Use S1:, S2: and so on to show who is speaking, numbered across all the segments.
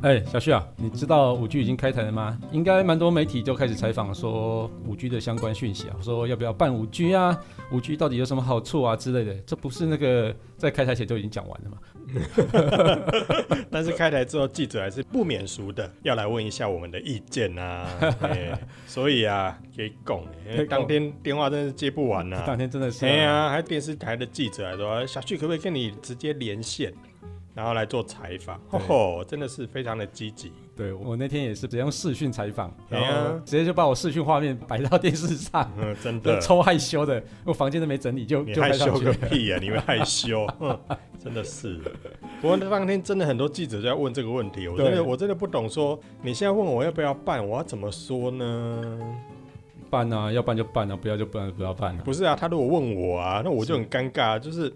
S1: 哎，小旭啊，你知道五 G 已经开台了吗？应该蛮多媒体就开始采访说五 G 的相关讯息啊，说要不要办五 G 啊，五 G 到底有什么好处啊之类的。这不是那个在开台前就已经讲完了吗？
S2: 但是开台之后，记者还是不免俗的，要来问一下我们的意见 啊。哎所以啊，可以供，因为当天电话真的是接不完
S1: 当
S2: 啊。
S1: 天真的是、
S2: 哎呀，还电视台的记者来说，啊小旭可不可以跟你直接连线，然后来做采访？
S1: 对
S2: 哦，真的是非常的积极。
S1: 对我那天也是直接用视讯采访，
S2: 哎
S1: 然
S2: 呀
S1: 后直接就把我视讯画面摆到电视上，
S2: 嗯，真
S1: 就
S2: 的。
S1: 超害羞的，我房间都没整理就
S2: 你
S1: 就
S2: 害
S1: 拍上
S2: 羞
S1: 去
S2: 个。屁啊！你会害 羞，哼真的是。不过那当天真的很多记者在问这个问题，我真
S1: 对
S2: 的我真的不懂说。你现在问我要不要办，我要怎么说呢？
S1: 办啊，要办就办啊，不要就不要不要办啊。
S2: 不是啊，他如果问我啊，那我就很尴尬，就是，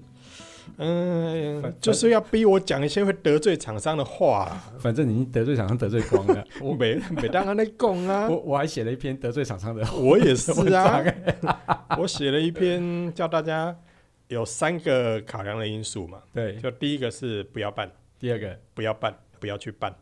S2: 嗯、
S1: 反
S2: 就是要逼我讲一些会得罪厂商的话啦。
S1: 反正你已经得罪厂商得罪光了，
S2: 我每每当他在供 啊
S1: 我，我还写了一篇得罪厂商的
S2: 我我也是
S1: 文章
S2: 啊。，我写了一篇叫大家有三个考量的因素嘛，
S1: 对，
S2: 就第一个是不要办，
S1: 第二个
S2: 不要办，不要去办。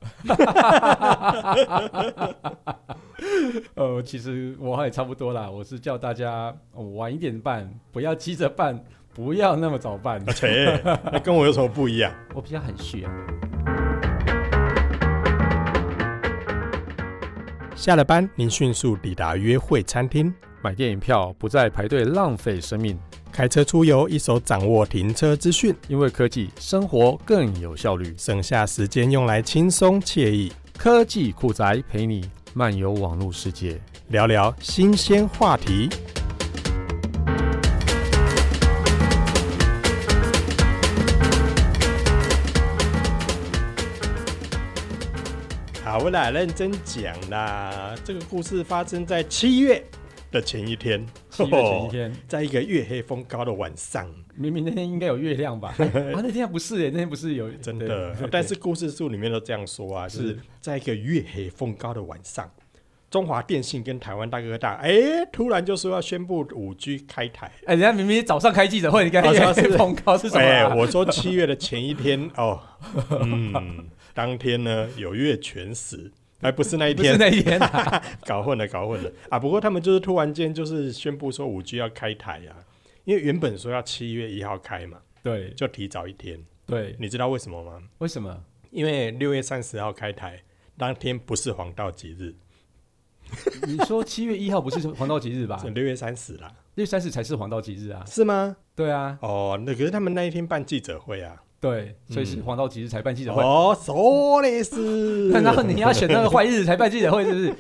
S1: 呃，其实我也差不多啦，我是叫大家、哦晚一点办，不要急着办，不要那么早办
S2: 而。且 那跟我有什么不一样？
S1: 我比较含蓄啊。
S2: 下了班，您迅速抵达约会餐厅，
S1: 买电影票不再排队浪费生命，
S2: 开车出游，一手掌握停车资讯，
S1: 因为科技生活更有效率。
S2: 省下时间用来轻松惬意
S1: 科技酷宅陪你漫游网络世界。
S2: 聊聊新鲜话题。好啦，认真讲啦，这个故事发生在七月的前一天，
S1: 七月前一天，
S2: 在一个月黑风高的晚上，
S1: 明明那天应该有月亮 吧？哎啊，那天不是耶，那天不是有
S2: 真
S1: 对
S2: 的
S1: 对。
S2: 但是故事书里面都这样说啊，就是
S1: 是
S2: 在一个月黑风高的晚上，中华电信跟台湾大哥大，哎、突然就说要宣布五 G 开台。
S1: 哎，人家明 明早上开记者会，你看
S2: 好像
S1: 月
S2: 是
S1: 通告是什么
S2: 哎、
S1: 啊？
S2: 我说七月的前一天 哦，嗯，当天呢有月全食，哎，不是那一
S1: 不是
S2: 天，
S1: 那一天啊，
S2: 搞混了，搞混了啊！不过他们就是突然间就是宣布说五 G 要开台啊，因为原本说要七月一号开嘛，
S1: 对
S2: 就提早一天。
S1: 对，
S2: 你知道为什么吗？
S1: 为什么？
S2: 因为六月三十号开台，当天不是黄道吉日，
S1: 你说七月一号不是黄道吉日吧
S2: 是？六月三十啦，
S1: 六月三十才啊是黄道吉日啊。
S2: 是吗？
S1: 对啊，
S2: 哦，那可是他们那一天办记者会啊，
S1: 对，所以是
S2: 嗯
S1: 黄道吉日才办记者会。，
S2: 哦，说的是
S1: 难道你要选那个坏日子才办记者会，是不 是？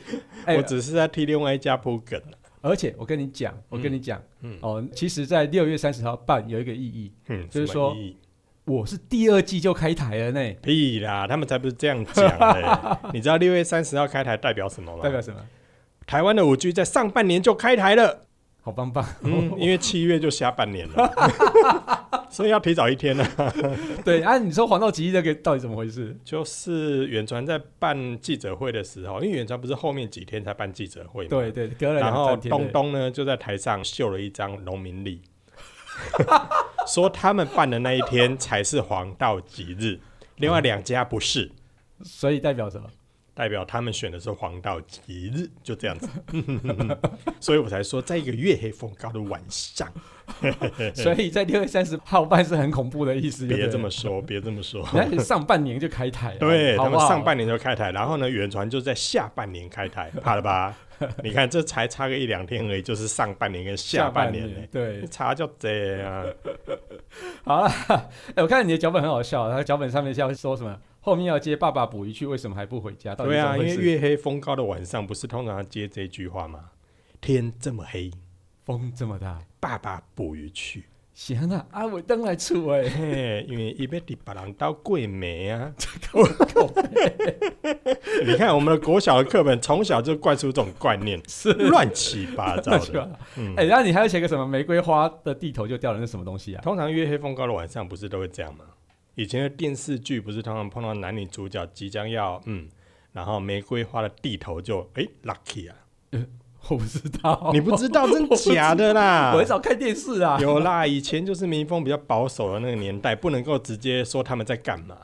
S1: 哎、
S2: 我只是在替另外一家铺梗，
S1: 而且我跟你讲，我跟你讲，
S2: 嗯
S1: 哦，其实，在六月三十号办有一个意义，
S2: 嗯，
S1: 就是
S2: 什么
S1: 说
S2: 意义
S1: 我是第二季就开台了呢，
S2: 屁啦，他们才不是这样讲 的。你知道六月三十号开台代表什么吗？
S1: 代表什么？
S2: 台湾的五 G 在上半年就开台了，
S1: 好棒 棒，
S2: 嗯，因为七月就下半年了， 所以要提早一天呢。
S1: 对啊，你说黄道吉日那个到底怎么回事？
S2: 就是远传在办记者会的时候，因为远传不是后面几天才办记者会嘛，
S1: 对对，隔了
S2: 然后
S1: 两三
S2: 东
S1: 天的，
S2: 东呢就在台上秀了一张农民历， 说他们办的那一天才是黄道吉日，另外两家不是，
S1: 所以代表什么？
S2: 代表他们选的是黄道吉日，就这样子。 所以我才说，在一个月黑风高的晚 上，
S1: 所以在六月三十号办是很恐怖的意思，
S2: 嗯别这
S1: 对不
S2: 么说，别这 么说。
S1: 对，人家上半年就开台了，
S2: 对
S1: 好
S2: 他
S1: 不
S2: 们
S1: 好
S2: 上半年就开台，然后呢，远传就在下半年开台，怕了 吧？你看这才差个一两天而已，就是上半年跟下半年呢、
S1: 对，
S2: 差就这 啊。
S1: 好了， 哎、我看你的脚本很好笑，它脚本上面是要说什么？后面要接爸爸捕鱼去，为什么还不回家？到底
S2: 对
S1: 怎
S2: 啊，
S1: 么回
S2: 因为
S1: 事？
S2: 月黑风高的晚上，不是通常要接这句话吗？天这么黑，
S1: 风这么大，
S2: 爸爸捕鱼去。
S1: 行啊，啊，我登来厝哎，
S2: 嘿，因为一边地把人刀桂梅啊， 你看我们的国小的课本从小就灌输这种观 念，
S1: 是
S2: 乱七八糟
S1: 是吧
S2: 的。嗯
S1: 哎、然后你还要写个什么玫瑰花的地头就掉了，那什么东西啊？
S2: 通常月黑风高的晚上不是都会这样吗？以前的电视剧不是通常碰到男女主角即将要嗯，然后玫瑰花的地头就哎、lucky 啊，
S1: 我不知道，
S2: 你不 知道真
S1: 我不知
S2: 假的啦？
S1: 哦我很少看电视啊。
S2: 有啦，以前就是民风比较保守的那个年代，不能够直接说他们在干嘛。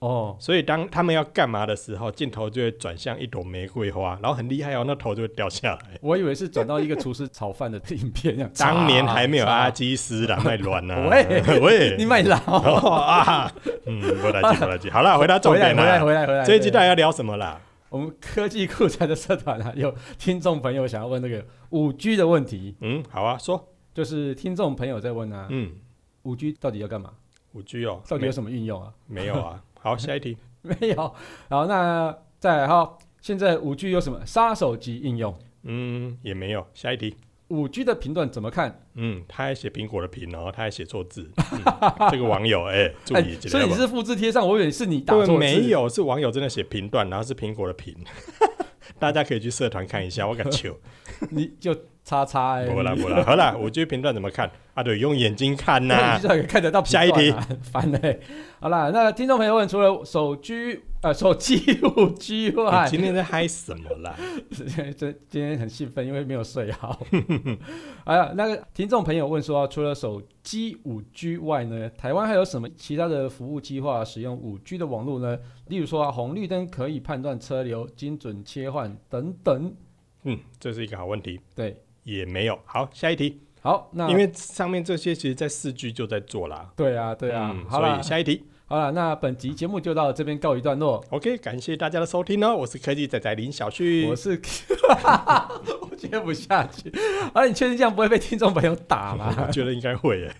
S1: 哦，
S2: 所以当他们要干嘛的时候，镜头就会转向一朵玫瑰花，然后很厉害哦，那头就会掉下来。
S1: 我以为是转到一个厨师炒饭的影片那样。
S2: 当年还没有阿
S1: 啊，
S2: 基斯啦，卖卵啊！
S1: 喂
S2: 喂，
S1: 你卖老，
S2: 哦啊，嗯，不来劲，不来劲。好啦，回到重
S1: 回来
S2: 点
S1: 回来
S2: 啦。
S1: 回来回来。
S2: 这一集
S1: 对
S2: 大家要聊什么啦？
S1: 我们科技酷宅的社团啊，有听众朋友想要问这个五 G 的问题，
S2: 嗯，好啊，说，
S1: 就是听众朋友在问啊，
S2: 嗯，
S1: 五 G 到底要干嘛？
S2: 五 G 哦，
S1: 到底
S2: 没
S1: 有什么运用啊？
S2: 没有啊？好，下一题。
S1: 没有。好，那再来哈，现在五 G 有什么杀手级应用？
S2: 嗯，也没有。下一题。
S1: 五 G 的频段怎么看？
S2: 嗯，他还写苹果的苹哦，他还写错字。 嗯这个网友哎，注
S1: 哎
S2: 意一
S1: 所以
S2: 下
S1: 你。是复制贴上，我以为是你打错
S2: 对，
S1: 字。
S2: 没有，是网友真的写评段，然后是苹果的评。 大家可以去社团看一下，我敢求。
S1: 你就叉叉哎、
S2: 不啦不啦，好啦，五 G 评段怎么看？啊，对，用眼睛看 呐、
S1: 那 哎你至少也看得到、啊
S2: 下一题，
S1: 烦嘞、好啦，那听众朋友问，除了手机呃手机五 G 外
S2: 你，哎今天在嗨什么啦？
S1: 这今天很兴奋，因为没有睡好。 还有那个听众朋友问说、除了手机五 G 外呢，台湾还有什么其他的服务计划使用五 G 的网络呢？例如说、啊、红绿灯可以判断车流、精准切换等等。
S2: 嗯，这是一个好问题，
S1: 对，
S2: 也没有。好，下一题，
S1: 好，那
S2: 因为上面这些其实在四 G 就在做啦。
S1: 对啊，对啊，
S2: 嗯
S1: 好
S2: 所
S1: 啦
S2: 以，下一题
S1: 好啦，那本集节目就到这边告一段落。
S2: ，OK，感谢大家的收听哦，我是科技仔仔林小旭
S1: 我。是， 我接不下去。啊，你确定这样不会被听众朋友打吗？
S2: 我觉得应该会耶。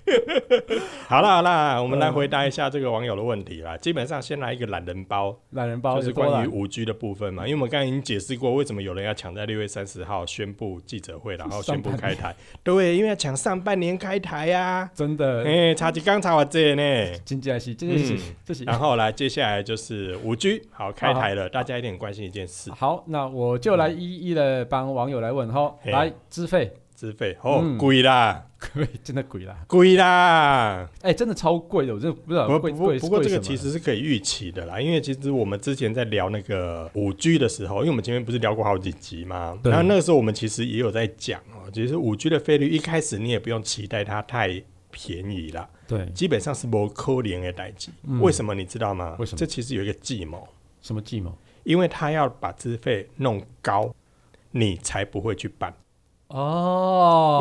S2: 好啦好啦，我们来回答一下这个网友的问题啦。基本上先来一个懒人包，
S1: 懒人包
S2: 就是
S1: 有多
S2: 关于
S1: 懒
S2: 五 G 的部分嘛，因为我们刚才已经解释过，为什么有人要抢在六月三十号宣布记者会，然后宣布开台。对，因为要抢上半年开台呀、啊。
S1: 真的
S2: 哎、差几刚差我这呢。
S1: 经济还是这些
S2: 嗯
S1: 是，这些。
S2: 然后来，接下来就是五 G，好开台了，大家一定很关心一件事，
S1: 好，那我就来一一的帮网友来问哈，
S2: 嘿
S1: 来资费，
S2: 资费哦，
S1: 嗯
S2: 贵啦，
S1: 贵真的贵啦，
S2: 贵啦。
S1: 哎，真的超贵的，我真的不知道
S2: 不
S1: 呃贵
S2: 不过
S1: 贵
S2: 不过这
S1: 贵什
S2: 个
S1: 么
S2: 其实是可以预期的啦，因为其实我们之前在聊那个五 G 的时候，因为我们前面不是聊过好几集嘛，
S1: 对
S2: 然后那个时候我们其实也有在讲哦、其实五 G 的费率一开始你也不用期待它太便宜啦，
S1: 对
S2: 基本上是不扣连的代际。
S1: 嗯
S2: 为什么你知道吗？
S1: 为什么
S2: 这其实有一个计谋，
S1: 什么计谋
S2: 因为他要把资费弄高，你才不会去办。
S1: 哦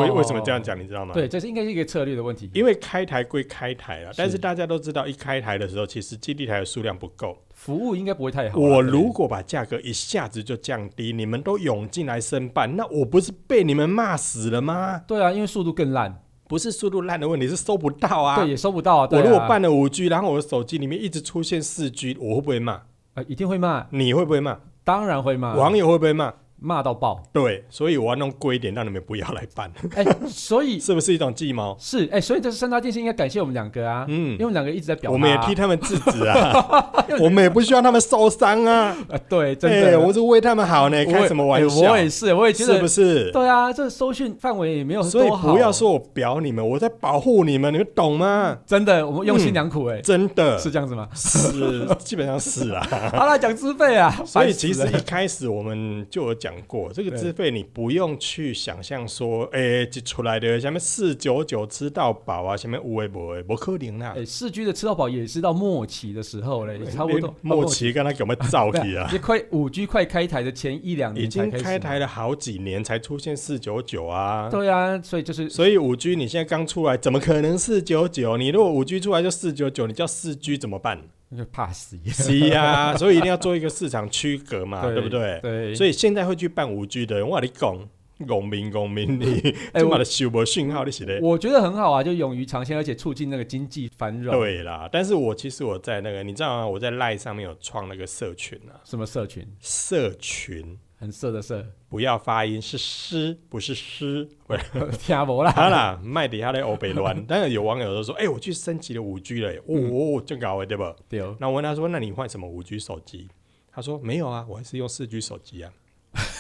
S2: 为、为什么这样？讲？你知道吗？
S1: 对，这是应该是一个策略的问题，
S2: 因为开台归开台了，
S1: 是
S2: 但是大家都知道，一开台的时候，其实基地台的数量不够。
S1: 服务应该不会太好啦。啊
S2: 我
S1: 对
S2: 如果把价格一下子就降低，你们都涌进来申办，那我不是被你们骂死了吗？
S1: 对啊，因为速度更烂，
S2: 不是速度烂的问题，是收不到啊。
S1: 对也收不到啊。对
S2: 我
S1: 啊
S2: 如果办了五 G，然后我的手机里面一直出现四 G，我会不会骂？
S1: 呃一定会骂，
S2: 你会不会骂？
S1: 当然会骂，
S2: 网友会不会骂？
S1: 骂到 爆。
S2: 对，所以我要弄贵一点，让你们不要来办，
S1: 哎，所以
S2: 是不是一种计谋？
S1: 是哎，所以这是三大电视应该感谢我们两个啊，
S2: 嗯
S1: 因为我们两个一直在表达啊，
S2: 我们也替他们制止啊， 我们也不希望他们受伤啊。
S1: 呃对，真
S2: 对，
S1: 的
S2: 哎我是为他们好呢，
S1: 我
S2: 开什么玩
S1: 哎
S2: 笑
S1: 我？也是，我也觉
S2: 是
S1: 得
S2: 不是？
S1: 对啊，这收讯范围也 没有多
S2: 所以
S1: 好啊
S2: 不要说我表你们，我在保护你们，你们懂吗？
S1: 真的，我们用心良苦哎、
S2: 真的？
S1: 是这样子吗
S2: 是，基本上是 啦。
S1: 好啦，讲资费 啊，
S2: 所以
S1: 烦死
S2: 其实
S1: 了
S2: 一开始我们就有讲过，这个
S1: 对
S2: 资费你不用去想象说，哎、这出来的下面四九九吃到饱啊，下面五为不为不可能啊啦
S1: 哎、。四 G 的吃到饱也是到末期的时候
S2: 哎
S1: 嘞，差不多
S2: 莫奇跟他有没有造 起啊？
S1: 也快五 G 快开台的前一两
S2: 已
S1: 年才
S2: 经
S1: 开始啊
S2: 开台了好几年才出现四九九啊
S1: 嘛。。对啊，所以就是
S2: 所以五 G 你现在刚出来，怎么可能四九九？你如果五 G 出来就四九九，你叫四 G 怎么办？
S1: 就怕死，
S2: 是呀、啊所以一定要做一个市场区隔嘛，啊对不对？
S1: 对，
S2: 所以现在会去办五 G 的人，我跟你讲，公民公民，你
S1: 哎
S2: 这
S1: 我
S2: 把的修博讯号你是嘞？
S1: 我觉得很好啊，就勇于尝鲜，而且促进那个经济繁荣。，
S2: 对啦，但是我其实我在那个，你知道吗？我在 Line 上面有创那个社群啊，
S1: 什么社群，
S2: 社群
S1: 很色 的社，
S2: 不要发音是诗，不是诗。
S1: 听不啦。
S2: 好啦，麦迪他的欧北乱，但是有网友都说，哎、我去升级了五 G 了耶，哦，这搞的对吧？
S1: 对，哦
S2: 那我问他说，那你换什么五 G 手机？他说没有啊，我还是用四 G 手机啊。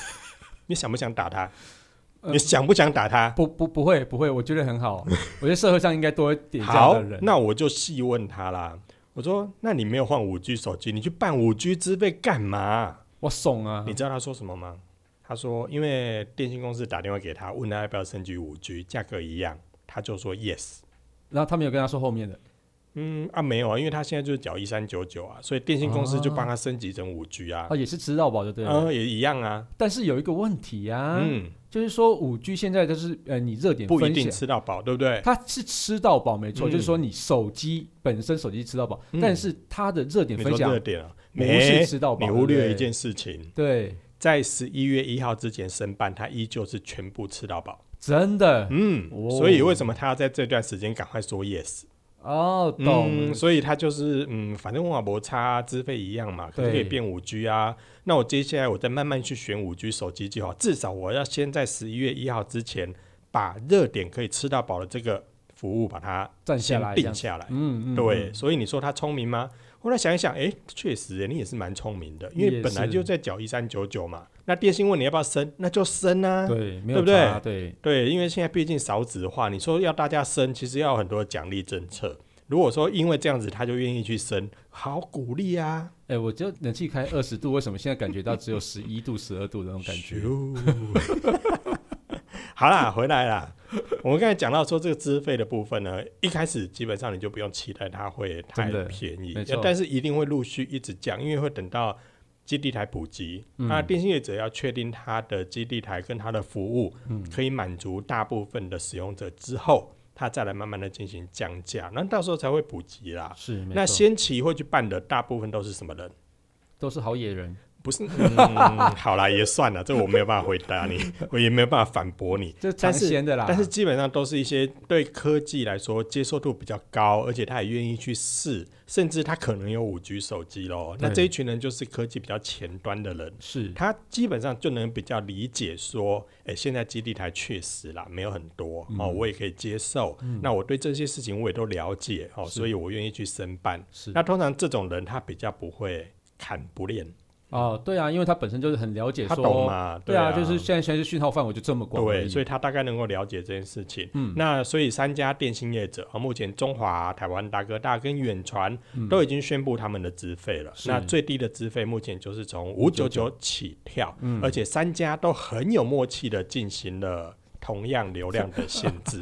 S2: 你想不想打他？
S1: 呃
S2: 你想不想打他？
S1: 不不不会不会，我觉得很 好。我觉得社会上应该多一点这样
S2: 好
S1: 的，人。
S2: 那我就细问他啦。我说，那你没有换五 G 手机，你去办五 G 资费干嘛？
S1: 我怂啊！
S2: 你知道他说什么吗？他说，因为电信公司打电话给他，问他要不要升级五 G，价格一样，他就说 yes。
S1: 然后他们有跟他说后面的，
S2: 嗯啊，没有啊，因为他现在就是缴一三九九啊，所以电信公司就帮他升级成五 G 啊
S1: 啊，，也哦是吃到饱就对了。
S2: 嗯，也一样啊，
S1: 但是有一个问题啊，
S2: 嗯，
S1: 就是说五 G 现在就是呃，你热点
S2: 不一
S1: 分
S2: 定
S1: 享，
S2: 吃到饱，对不对？
S1: 它是吃到饱没错，
S2: 嗯
S1: 就是说你手机本身手机吃到饱，
S2: 嗯
S1: 但是它的热点
S2: 你
S1: 分
S2: 说
S1: 享
S2: 热点啊，
S1: 不
S2: 没
S1: 是吃到饱，
S2: 你
S1: 对
S2: 忽
S1: 不
S2: 略
S1: 对
S2: 一，件事情，
S1: 对，
S2: 在十一月一号之前申办，他依旧是全部吃到饱。
S1: 真的
S2: 嗯，
S1: 哦
S2: 所以为什么他要在这段时间赶快说 yes？
S1: 哦，懂
S2: 嗯，，所以他就是嗯，反正万摩差资费一样嘛，可是可
S1: 对
S2: 以变五 G 啊。那我接下来我再慢慢去选五 G 手机就好，至少我要先在十一月一号之前把热点可以吃到饱的这个服务把它
S1: 站下
S2: 先
S1: 来这
S2: 定
S1: 样子，
S2: 下来。
S1: 嗯嗯，
S2: 对，
S1: 嗯，
S2: 所以你说他聪明吗？后来想一想，哎、确实耶，你也是蛮聪明的，因
S1: 也
S2: 为
S1: 是
S2: 本来就在缴一三九九嘛。那电信问你要不要升，那就升啊。
S1: 嗯对，没
S2: 对
S1: 有
S2: 不对
S1: 差，对，
S2: 对，因为现在毕竟少子化，你说要大家生，其实要有很多奖励政策。如果说因为这样子他就愿意去生，好鼓励啊！
S1: 哎，我就冷气开二十度，为什么现在感觉到只有十一度、十二度的那种感觉？
S2: 咻 好啦，回来啦。我们刚才讲到说这个资费的部分呢，一开始基本上你就不用期待它会太
S1: 真的
S2: 便宜
S1: 没错，
S2: 但是一定会陆续一直降，因为会等到基地台普及。
S1: 嗯
S2: 那电信业者要确定它的基地台跟它的服务
S1: 嗯
S2: 可以满足大部分的使用者之后，它再来慢慢的进行降价，那到时候才会普及啦。
S1: 是，没
S2: 那
S1: 错
S2: 先期会去办的大部分都是什么人？
S1: 都是好野人，
S2: 不是，嗯， 好啦，也算了，这我没有办法回 答你，我也没有办法反驳你。
S1: 这尝
S2: 但是
S1: 鲜的啦。
S2: 但是基本上都是一些对科技来说接受度比较高，而且他也愿意去试，甚至他可能有五 G 手机咯。那
S1: 对
S2: 这一群人就是科技比较前端的人，
S1: 是
S2: 他基本上就能比较理解说，哎、现在基地台确实啦没有很多、
S1: 嗯
S2: 哦，我也可以接受。那我对这些事情我也都了解哦，
S1: 是
S2: 所以我愿意去申办。
S1: 是
S2: 那通常这种人他比较不会砍不练，
S1: 哦，对啊，因为他本身就是很了解
S2: 他
S1: 说，
S2: 懂嘛？
S1: 对
S2: 啊，
S1: 啊，就是现在全是讯号范围就这么广而已，
S2: 对，所以他大概能够了解这件事情。嗯，那所以三家电信业者啊，目前中华、台湾大哥大跟远传都已经宣布他们的资费了。
S1: 嗯是
S2: 那最低的资费目前就是从五九九起跳，
S1: 嗯
S2: 而且三家都很有默契的进行了同样流量的限 制。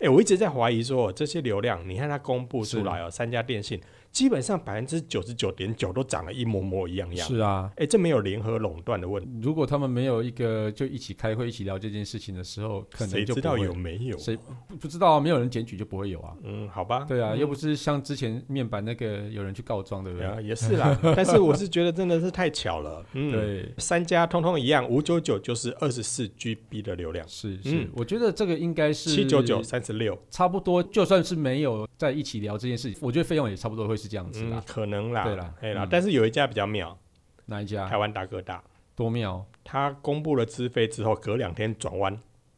S2: 哎、我一直在怀疑说，这些流量，你看它公布出来哦，三家电信基本上百分之九十九点九都长得一模模一样样。
S1: 是啊。
S2: 哎、这没有联合垄断的问题，
S1: 如果他们没有一个就一起开会、一起聊这件事情的时候，可
S2: 谁
S1: 能就
S2: 知
S1: 不
S2: 道
S1: 会
S2: 有没有？
S1: 谁不不知道、啊，没有人检举就不会有啊。
S2: 嗯，好吧。
S1: 对啊，又不是像之前面板那个有人去告状，对不对？
S2: 啊，也是 啦，但是我是觉得真的是太巧了。嗯，，
S1: 对，
S2: 三家通通一样，五九九就是二十四 GB 的流量，
S1: 是是、
S2: 嗯
S1: 我觉得这个应该是
S2: 七九九三十六，
S1: 差不多，就算是没有在一起聊这件事情，我觉得费用也差不多会是这样子
S2: 嗯
S1: 啦。，
S2: 可能啦，
S1: 对啦
S2: 哎
S1: 嗯，
S2: 啦
S1: 啊
S2: 但是有一家比较妙，
S1: 哪一家
S2: 台？湾大哥大，
S1: 多妙！
S2: 他公布了资费之后，隔两天转弯，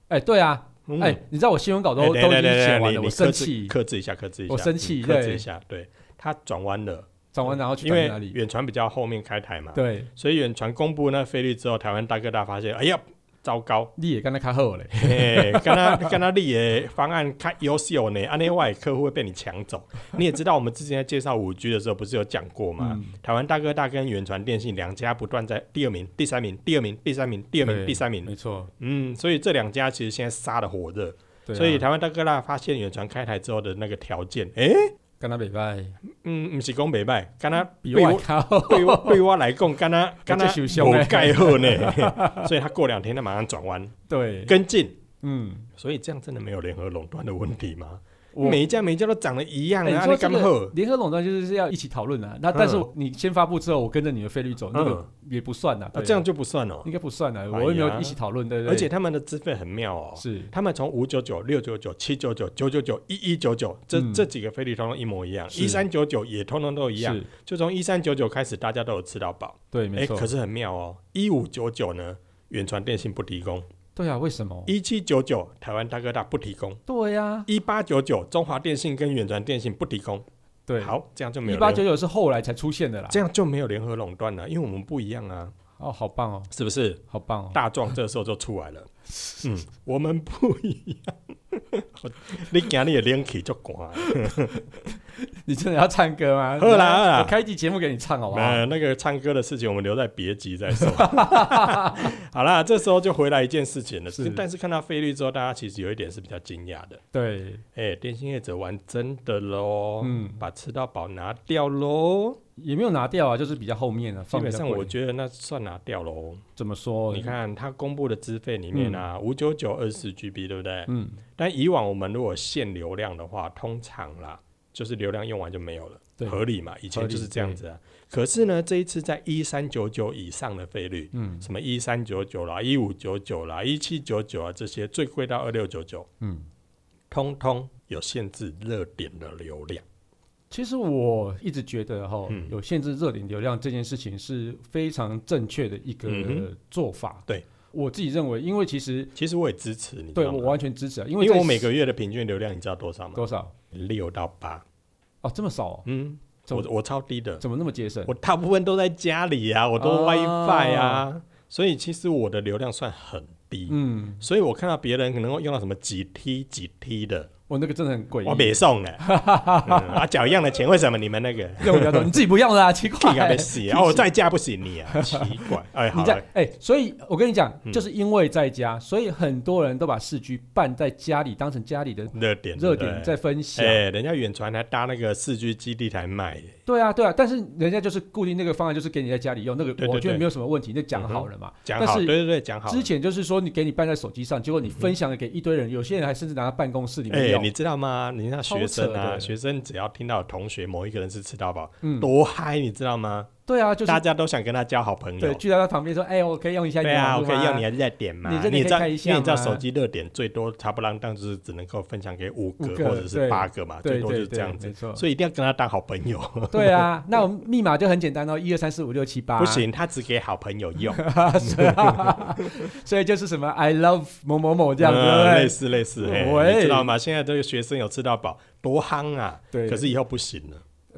S1: 哎、对啊，
S2: 嗯
S1: 哎、你知道我新闻稿都、
S2: 哎
S1: 都
S2: 等
S1: 已
S2: 等
S1: 经写
S2: 等等
S1: 完
S2: 你
S1: 了，
S2: 你
S1: 我
S2: 克
S1: 生
S2: 制
S1: 气，
S2: 克制一下，克制一下，
S1: 我生气
S2: 嗯克制
S1: 对
S2: 一下，对他转弯了，
S1: 转完然后去
S2: 因
S1: 打
S2: 为
S1: 哪里？
S2: 远传比较后面开台嘛，
S1: 对，
S2: 所以远传公布那费率之后，台湾大哥大发现，哎呀，糟糕，
S1: 你也跟他开后嘞。
S2: 嘿，跟他跟他立的方案看优秀呢，安内外客户会被你抢走。你也知道，我们之前在介绍五 G 的时候，不是有讲过吗？
S1: 嗯
S2: 台湾大哥大跟远传电信两家不断在第二名、第三名、第二名、第三名、第二名、
S1: 对
S2: 第三名。
S1: 没错，
S2: 嗯，所以这两家其实现在杀的火热。
S1: 对啊、
S2: 所以台湾大哥大发现远传开台之后的那个条件，诶，
S1: 跟他北拜，
S2: 嗯，不是讲北拜，跟他
S1: 比
S2: 对
S1: 我
S2: 我
S1: 靠，
S2: 对我对我来讲，跟他跟他
S1: 这受伤的
S2: 我盖后呢， 所以他过两天他马上转弯
S1: 对，
S2: 跟进。
S1: 嗯，
S2: 所以这样真的没有联合垄断的问题吗？
S1: 我
S2: 每一家每一家都长得一样
S1: 哎
S2: 啊，
S1: 你
S2: 那
S1: 说这
S2: 刚
S1: 个
S2: 好。
S1: 联合垄断就是要一起讨论啊。那但是
S2: 嗯
S1: 你先发布之后，我跟着你的费率走，那个也不算呐。
S2: 那
S1: 对
S2: 这样就不算哦。
S1: 应该不算啊，
S2: 呀
S1: 我也没有一起讨论，对不对？
S2: 而且他们的资费很妙哦，
S1: 是
S2: 他们从五九九、六九九、七九九、九九九、一一九九这
S1: 嗯
S2: 这几个费率通通一模一样，
S1: 是
S2: 一三九九也通通都一样。
S1: 是，
S2: 就从一三九九开始，大家都有吃到饱。
S1: 对，没
S2: 哎，
S1: 错
S2: 可。是很妙哦，一五九九呢，远传电信不提供；
S1: 对啊，为什么？
S2: 一七九九，台湾大哥大不提供；
S1: 对啊呀，
S2: 一八九九，中华电信跟远传电信不提供。
S1: 对，
S2: 好，这样就没
S1: 一
S2: 有
S1: 八
S2: 联
S1: 九九是后来才出现的啦。
S2: 这样就没有联合垄断了，因为我们不一样啊。
S1: 哦，好棒哦，
S2: 是不是？
S1: 好棒 哦。
S2: 大壮这时候就出来了。嗯，我 们不一样。你今日冷气就寒。
S1: 你真的要唱歌吗？
S2: 喝啦喝啦
S1: 我开一集节目给你唱好不啊好？
S2: 那那个唱歌的事情，我们留在别集 再说。好啦，这时候就回来一件事情了。
S1: 是
S2: 但是看到费率之后，大家其实有一点是比较惊讶的。
S1: 对，
S2: 哎、电信业者玩真的喽，
S1: 嗯，
S2: 把吃到饱拿掉喽。
S1: 也没有拿掉啊，就是比较后面啊，
S2: 基
S1: 放
S2: 本上
S1: 比较
S2: 我
S1: 贵哦
S2: 觉得那算拿掉喽。
S1: 怎么说？
S2: 你，看他公布的资费里面啊，五九九二四 GB 对不对？
S1: 嗯，
S2: 但以往我们如果限流量的话，通常啦，就是流量用完就没有了，
S1: 对
S2: 合理嘛？以前
S1: 合理
S2: 就是这样子啊。可是呢，这一次在一三九九以上的费率，
S1: 嗯，
S2: 什么一三九九啦、一五九九啦、一七九九啊，这些最贵到二六九九，
S1: 嗯，
S2: 通通有限制热点的流量。
S1: 其实我一直觉得哈
S2: 嗯，
S1: 有限制热点流量这件事情是非常正确的一
S2: 嗯
S1: 个
S2: 哼
S1: 做法。
S2: 对，
S1: 我自己认为，因为其实
S2: 其实我也支持你，
S1: 对
S2: 知道
S1: 我
S2: 吗
S1: 完全支持啊，因
S2: 因
S1: 为
S2: 为
S1: 在
S2: 我每个月的平均流量你知道多少吗？
S1: 多少
S2: 六到八，
S1: 哦，这么少哦，
S2: 嗯，
S1: 怎
S2: 我
S1: 么
S2: 我超低的，
S1: 怎么那么节省？
S2: 我大部分都在家里啊，我都
S1: 哦
S2: WiFi 啊，所以其实我的流量算很低。
S1: 嗯，
S2: 所以我看到别人可能会用到什么几 T 几 T 的，
S1: 我那个真的很诡
S2: 我
S1: 异，
S2: 别送了， 嗯啊，缴一样的钱，为什么你们那个
S1: 用比较多，你自己不用 啦，奇怪
S2: 应。该被洗啊？哦我在家不行 你啊，奇怪，哎，
S1: 你
S2: 好
S1: 在
S2: 了，
S1: 哎、所以我跟你讲，
S2: 嗯
S1: 就是因为在家，所以很多人都把市区办在家里，当成家里的
S2: 热点
S1: 热
S2: 对不
S1: 点
S2: 对
S1: 在分享。
S2: 哎，人家远传还搭那个四 G 基地台卖，
S1: 对啊，对啊，但是人家就是固定那个方案，就是给你在家里用，那
S2: 对
S1: 个
S2: 对
S1: 我觉得
S2: 对
S1: 没有什么问题，那讲好了嘛。
S2: 讲
S1: 但
S2: 好，
S1: 是
S2: 对对对，讲好了。
S1: 之前就是说你给你办在手机上，结果你分享了给一堆人，有些人还甚至拿到办公室里面
S2: 哎、
S1: 用。
S2: 你知道吗？你那学生
S1: 超扯
S2: 啊，
S1: 的
S2: 学生只要听到同学某一个人是吃到饱，
S1: 嗯，
S2: 多嗨，你知道吗？
S1: 对啊，就是
S2: 大家都想跟他交好朋
S1: 对
S2: 友。
S1: 聚在他旁边说，哎、我可以用一下你
S2: 对
S1: 的
S2: 啊，
S1: 网
S2: 我
S1: 络
S2: 可以
S1: 吗
S2: 用你的热点嘛？
S1: 你热点
S2: 也知道，
S1: 可以开一下
S2: 因为你知道
S1: 吗
S2: 手机热点最多差不啷当就是只能够分享给五个
S1: 五个
S2: 或者是
S1: 对
S2: 八个嘛，
S1: 对
S2: 最多就
S1: 对
S2: 是
S1: 对，
S2: 这样子。
S1: 没错。
S2: 所以一定要跟他当好朋友，
S1: 对啊，那我们密码就很简单哦，一二三四五六七八。
S2: 不行，他只给好朋友用，
S1: 是啊，所以就是什么 I love 某某某 这样子，
S2: 嗯
S1: 对
S2: 类
S1: 不
S2: 似类似，嘿
S1: 喂
S2: 你知道吗？现在这个学生有吃到饱，多夯啊！
S1: 对
S2: 可是以后不行了。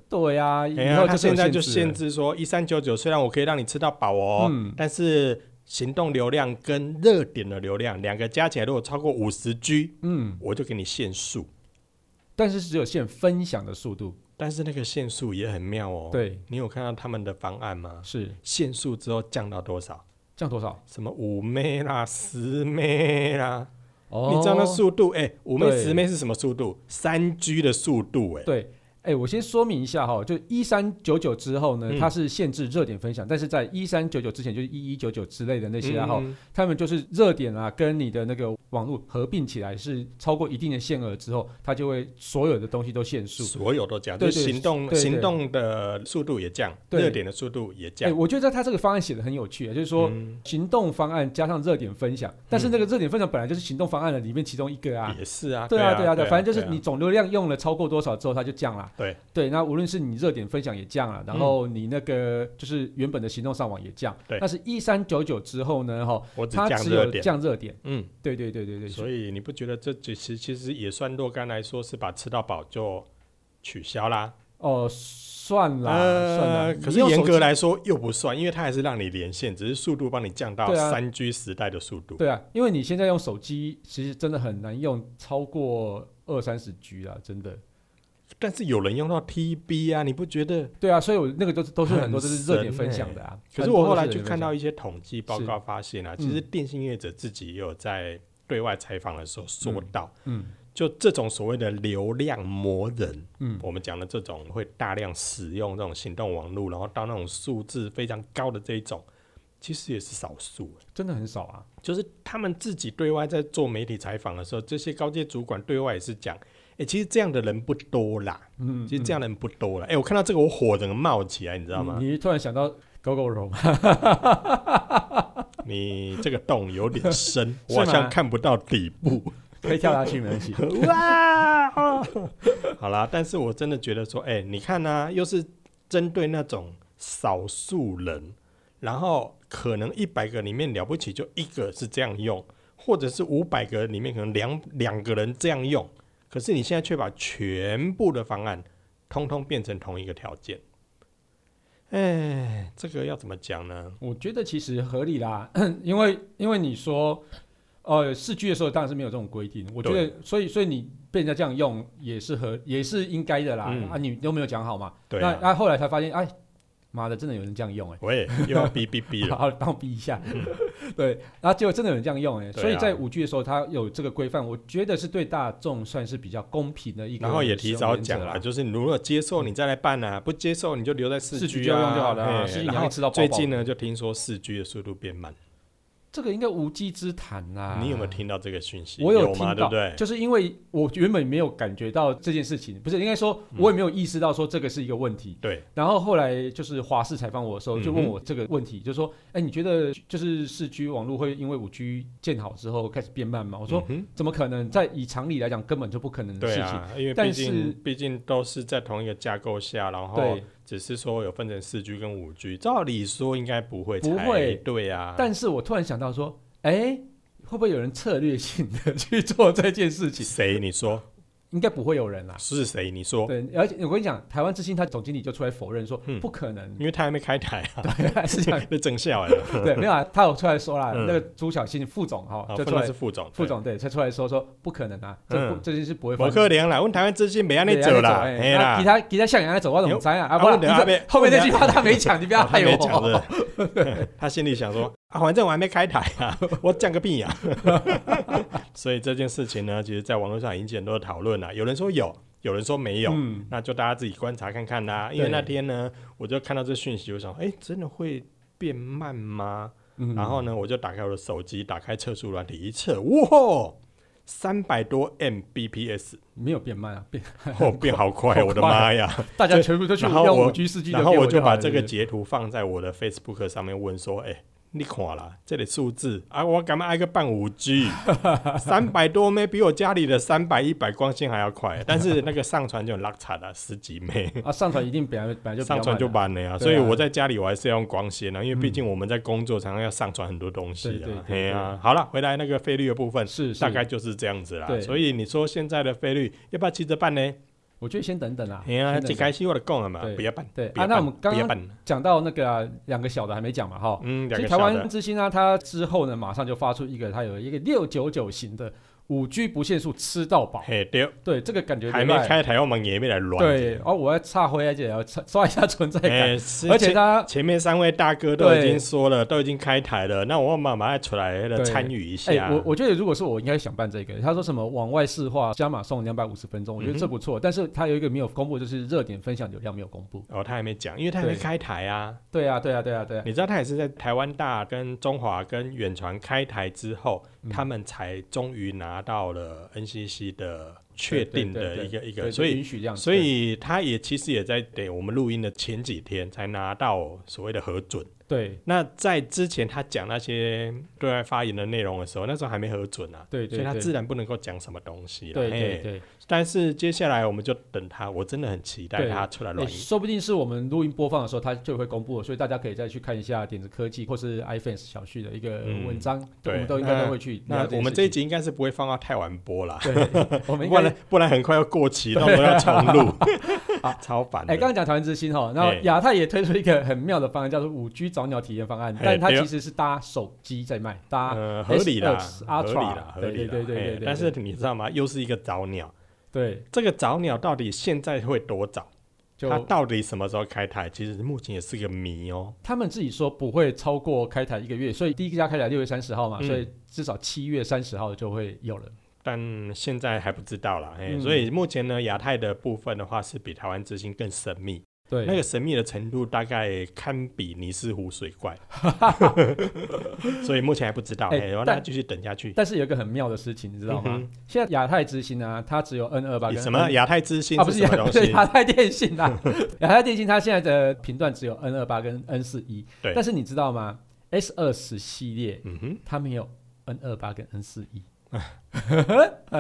S1: 对？对呀，
S2: 哎
S1: 以
S2: 呀，
S1: 后
S2: 他
S1: 就是
S2: 现
S1: 有
S2: 在就
S1: 限
S2: 限
S1: 制
S2: 制说，一三九九虽然我可以让你吃到饱哦，
S1: 嗯
S2: 但是行动流量跟热点的流量两个加起来，如果超过五十 G，
S1: 了，嗯，
S2: 我就给你限速。
S1: 但是只有限分享的速度，
S2: 但是那个限速也很妙哦。，
S1: 对，
S2: 你有看到他们的方案吗？
S1: 是
S2: 限速之后降到多少？
S1: 降多少？
S2: 什么五妹啦、十妹啦，
S1: 哦
S2: 你知道那速度？哎、五妹、
S1: 对
S2: 十妹是什么速度？三 G 的速度、哎，
S1: 对。哎，我先说明一下哈，就一三九九之后呢，
S2: 嗯
S1: 它是限制热点分享，但是在一三九九之前就是一一九九之类的那
S2: 那
S1: 些啊哈，
S2: 嗯、
S1: 他们就是热点啊跟你的那个网络合并起来是超过一定的限额之后，它就会所有的东西都限速。
S2: 所有都降，
S1: 对
S2: 就是
S1: 对
S2: 行动
S1: 对对
S2: 行动的速度也降，
S1: 对
S2: 热点的速度也
S1: 哎，
S2: 降。
S1: 我觉得他这个方案写的很有趣，啊就是说
S2: 嗯
S1: 行动方案加上热点分享，但是那个热点分享本来就是行动方案的里面其中一个啊。
S2: 也是啊，
S1: 对
S2: 啊，
S1: 啊，对啊，
S2: 对
S1: 对，
S2: 啊，
S1: 反正就是
S2: 对啊
S1: 你总流量用了超过多少之后，它就降了。
S2: 对
S1: 对，那无论是你热点分享也降了，然后你那个就是原本的行动上网也降。
S2: 对
S1: 但是一三九九之后呢，哈，
S2: 我只
S1: 它
S2: 降
S1: 只
S2: 热
S1: 有
S2: 点，
S1: 降热点。
S2: 嗯，
S1: 对对对对对，
S2: 所
S1: 以
S2: 以你不觉得这其实其实也算若干来说是把吃到饱就取消啦？
S1: 哦，算啦，算啦。
S2: 呃可
S1: 呃你
S2: 是
S1: 用手
S2: 严格
S1: 机，
S2: 来说又不算，因为它还是让你连线，只是速度帮你降到
S1: 对啊
S2: 三 G 时代的速度。
S1: 对啊，因为你现在用手机，其实真的很难用超过二三十 G 啊，真的。
S2: 但是有人用到 TB 啊，你不觉得？
S1: 对啊，所以我那个都是都是很多都是热点
S2: 很神欸
S1: 分享的啊。
S2: 可是
S1: 很多
S2: 我后
S1: 都
S2: 来
S1: 热
S2: 去
S1: 点
S2: 看到
S1: 分
S2: 一些统计报告发现啊，
S1: 是嗯
S2: 其实电信业者自己也有在对外采访的时候说到，
S1: 享，嗯
S2: 就这种所谓的流量魔人，
S1: 嗯，
S2: 我们讲的这种会大量使用这种行动网络，然后到那种素质非常高的这一种，其实也是少数、欸
S1: 真的很少啊。
S2: 就是他们自己对外在做媒体采访的时候，这些高阶主管对外也是讲，哎、其实这样的人不多啦，
S1: 嗯，
S2: 其实这样的人不多啦。哎、我看到这个我火整个冒起来，你知道吗？
S1: 你突然想到狗狗 绒，
S2: 你这个洞有点深，
S1: 是
S2: 我
S1: 吗
S2: 好像看不到底部。
S1: 可以跳下去没关 系。
S2: 哇、哦 好啦，但是我真的觉得说，哎、你看呢、又是针对那种少数人，然后可能一百个里面了不起就一个是这样用，或者是五百个里面可能两两个人这样用，可是你现在却把全部的方案通通变成同一个条件，哎，这个要怎么讲呢？
S1: 我觉得其实合理啦，因为因为你说呃，四 G 的时候当然是没有这种规定，我觉得，所以所以你被人家这样用也是合也是应该的啦。
S2: 嗯
S1: 啊，你都没有讲好嘛？
S2: 对
S1: 那
S2: 啊，
S1: 那、后来才发现，哎，妈的，真的有人这样用哎、
S2: 喂，又要哔哔哔了，
S1: 好，帮我逼一下。 对，然后结果真的有人这样用哎、
S2: 嗯对啊
S1: 所以在五 G 的时候，它有这个规范，我觉得是对大众算是比较公平的一个。
S2: 然后也提早讲了，，就是你如果接受你再来办啊，不接受你就留在四
S1: 四 G 就
S2: G 啊
S1: 用就好了啊
S2: 嘿
S1: 四 G 你
S2: 然
S1: 还
S2: 后
S1: 吃到饱
S2: 最
S1: 饱
S2: 近呢，就听说四 G 的速度变慢，
S1: 这个应该无稽之谈啦。
S2: 你有没有？听到这个讯息？
S1: 啊我
S2: 有
S1: 听
S2: 吗？对
S1: 到，
S2: 不对？
S1: 就是因为我原本没有感觉到这件事情，不是应该说
S2: 嗯
S1: 我也没有意识到说这个是一个问题。
S2: 对，
S1: 然后后来就是华视采访我的时候，就问
S2: 嗯哼
S1: 我这个问题，就说：“哎，你觉得就是四 G 网络会因为五 G 建好之后开始变慢吗？”我说：“
S2: 嗯
S1: 怎么可能？在以常理来讲，根本就不可能
S2: 哼
S1: 的事
S2: 对
S1: 情。
S2: 啊，因为
S1: 但
S2: 毕
S1: 是
S2: 竟毕竟都是在同一个架构下，然后
S1: 对，
S2: 只是说有分成四 G 跟五 G，照理说应该不会才
S1: 不会
S2: 对啊，
S1: 但是我突然想到说，哎，会不会有人策略性的去做这件事情？
S2: 谁？你说
S1: 应该不会有人啦。啊
S2: 是谁？你说，
S1: 对，而且我跟你讲，台湾之星他总经理就出来否认说，
S2: 哦嗯
S1: 不可 能，
S2: 因为他还没开台啊，
S1: 是 这样。
S2: 那正笑哎，
S1: 对，没有啊，他有出来说啦，
S2: 嗯
S1: 那个朱小信副总哈、
S2: 啊，
S1: 就
S2: 分
S1: 出
S2: 的
S1: 来
S2: 是。副总，
S1: 副
S2: 对。
S1: 总对，才出来说说不可能啊，这不、
S2: 嗯
S1: 这件事不会发
S2: 某
S1: 生。
S2: 可能啦，阮台湾之星没安尼做啦，
S1: 哎
S2: 嘿
S1: 啊
S2: 啦
S1: 其，他其他像人家走，我怎么知啊？啊，
S2: 啊
S1: 不然
S2: 我等下
S1: 你
S2: 被
S1: 后面
S2: 我
S1: 那
S2: 等下
S1: 句话他哦没讲，你不要
S2: 哦他
S1: 害
S2: 没讲
S1: 我。
S2: 的， 他心里想说啊，反正我还没开台 啊，我降个屁呀、啊！所以这件事情呢，其实在网络上引起很多的讨论啦，啊有人说有，有人说没有。
S1: 嗯，
S2: 那就大家自己观察看看啦，因为
S1: 对
S2: 那天呢，我就看到这讯息，我想，哎、真的会变慢吗？
S1: 嗯
S2: 然后呢，我就打开我的手机，打开测速软体一测，哇，三百多 Mbps，
S1: 没有变慢啊，变
S2: 哦，变好快，我的妈呀！
S1: 大家全部都去
S2: 然后
S1: 要
S2: 我
S1: 五 G 四 G 的
S2: 然后
S1: 给
S2: 我
S1: 就
S2: 就
S1: 好
S2: 把
S1: 了
S2: 这个
S1: 对不对
S2: 截图放在我的 Facebook 上面问说：“哎、你看啦，这里数字啊，我干嘛挨个半五 G，三百多枚比我家里的三百一百光纤还要快， 但是那个上传就很拉差了，十几枚。”
S1: 啊上传一定本来本来就比较
S2: 上传
S1: 慢
S2: 就
S1: 啊
S2: 慢了呀、
S1: 对啊嗯
S2: 所以我在家里我还是要用光纤啊，因为毕竟我们在工作常常要上传很多东西啊。
S1: 对对对
S2: 嘿啊，好了，回来那个费率的部分，
S1: 是是
S2: 大概就是这样子啦
S1: 对。
S2: 所以你说现在的费率要不要急着办呢？
S1: 我觉得先等等啊。
S2: 嘿啊，
S1: 先等
S2: 一
S1: 等
S2: 开始我就讲了嘛
S1: 对，
S2: 不要办，
S1: 对
S2: 不要
S1: 啊那
S2: 办
S1: 我们刚
S2: 不要
S1: 刚
S2: 办
S1: 讲到那个啊两个小的还没讲嘛哈。
S2: 嗯，
S1: 其
S2: 两
S1: 实
S2: 个
S1: 台
S2: 小
S1: 湾
S2: 的，
S1: 之星呢，它之后呢，马上就发出一个，它有一个六九九型的五 G 不限速吃到饱。
S2: 嘿，对，
S1: 对，这个感觉
S2: 还
S1: 礼
S2: 没
S1: 拜
S2: 开台，我们也没来乱。
S1: 对，哦，我要插回来姐，要插刷一下存在感。
S2: 哎，是
S1: 而且
S2: 前
S1: 他，
S2: 前面三位大哥都已
S1: 对
S2: 经说了，都已经开台了，那我妈妈要出来了
S1: 对
S2: 参与一
S1: 哎、
S2: 下。
S1: 我我觉得如果是我，应该想办这个。他说什么往外市话加码送两百五十分钟，我觉
S2: 嗯
S1: 得这不错。但是他有一个没有公布，就是热点分享流量没有公布。
S2: 哦，他还没讲，因为他还没
S1: 对
S2: 开台啊。
S1: 对啊，对啊，对啊，对啊。
S2: 你知道他也是在台湾大跟中华跟远传开台之后，
S1: 嗯
S2: 他们才终于拿到了 NCC 的确定
S1: 对
S2: 的
S1: 对
S2: 一个一
S1: 对
S2: 个，所
S1: 就
S2: 以
S1: 允许这样子，
S2: 所以他也其实也在得我们录音的前几天才拿到所谓的核准。
S1: 对
S2: 那在之前他讲那些对外发言的内容的时候，那时候还没核准啊，
S1: 对对
S2: 所以他
S1: 对
S2: 自哎然不能够讲什么东西了。
S1: 对对
S2: 嘿
S1: 对，
S2: 但是接下来我们就等他，我真的很期待
S1: 对
S2: 他出来
S1: 哎
S2: 乱演。
S1: 说不定是我们录音播放的时候，它就会公布了，所以大家可以再去看一下点子科技或是 iFans 小旭的一个
S2: 嗯
S1: 文章，
S2: 对
S1: 我们都应该都会去
S2: 那
S1: 哎了解
S2: 我们
S1: 事
S2: 这一
S1: 情
S2: 集应该是不会放到太晚播啦，
S1: 对，我们应
S2: 不
S1: 该
S2: 然不然很快要过期，到时候要重 录，啊超烦的。
S1: 哎，刚刚讲台湾之星哈，然后
S2: 哎
S1: 亚太也推出一个很妙的方案，叫做五 G 早鸟体验方案，
S2: 哎
S1: 但它
S2: 对哦
S1: 其实是搭手机在卖，搭
S2: 呃，合理啦，
S1: S20
S2: 合理啦，
S1: 呃 Ultra，
S2: 合理
S1: 对
S2: 啦，
S1: 对对对
S2: 嘿
S1: 对对
S2: 但是你知道吗？又是一个早鸟，
S1: 对，
S2: 这个早鸟到底现在会多早？
S1: 就
S2: 它到底什么时候开台？其实目前也是个谜哦。
S1: 他们自己说不会超过开台一个月，所以第一家开台六月三十号嘛，
S2: 嗯
S1: 所以至少七月三十号就会有了。
S2: 但现在还不知道啦，哎、
S1: 嗯
S2: 所以目前呢，亚太的部分的话是比台湾之星更神秘，
S1: 对，
S2: 那个神秘的程度大概堪比尼斯湖水 怪，所以目前还不知道，
S1: 哎
S2: 哎、然后大
S1: 但
S2: 家继续等下去，
S1: 但是有一个很妙的事情，你知道吗？
S2: 嗯
S1: 现在亚太之星呢，它只有 N 二八
S2: 哼
S1: 跟
S2: 什么
S1: N-
S2: 亚太之星
S1: 啊，不
S2: 是
S1: 是
S2: 什
S1: 亚
S2: 么东
S1: 不
S2: 西？
S1: 是亚太电信啊， 亚太电信它现在的频段只有 N 二八跟 N 四一，
S2: 对
S1: 但是你知道吗？S 二十系列
S2: 嗯哼。
S1: 它没有 N 二八跟 N 四一。嗯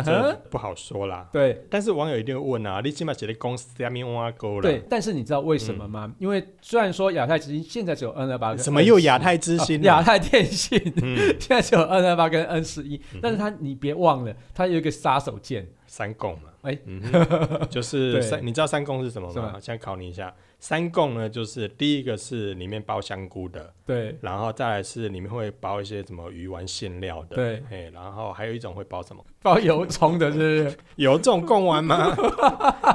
S2: 这不好说啦。
S1: 对
S2: 但是网友一定会问啊，你起码写的公司下面挖沟了，
S1: 对，，但是你知道为什么吗？因为虽然说亚太之星现在只有 N 二八跟
S2: 嗯什么又亚
S1: N11
S2: 太之
S1: 啊
S2: 星、
S1: 亚
S2: 啊？
S1: 太电信
S2: 嗯，
S1: 现在只有 N 二八跟 N 四一，但是它你别忘了，它有一个杀手锏，
S2: 三共嘛，
S1: 哎
S2: 嗯哼就
S1: 对
S2: 是三，你知道三共是什么
S1: 是
S2: 吗
S1: 吗？
S2: 现在考你一下，三共呢，就是第一个是里面包香菇的，
S1: 对
S2: 然后再来是里面会包一些什么鱼丸馅料的，
S1: 对，
S2: 哎，然后还有一种会包什么？
S1: 包油葱的，是 不是？
S2: 有这种贡 丸吗？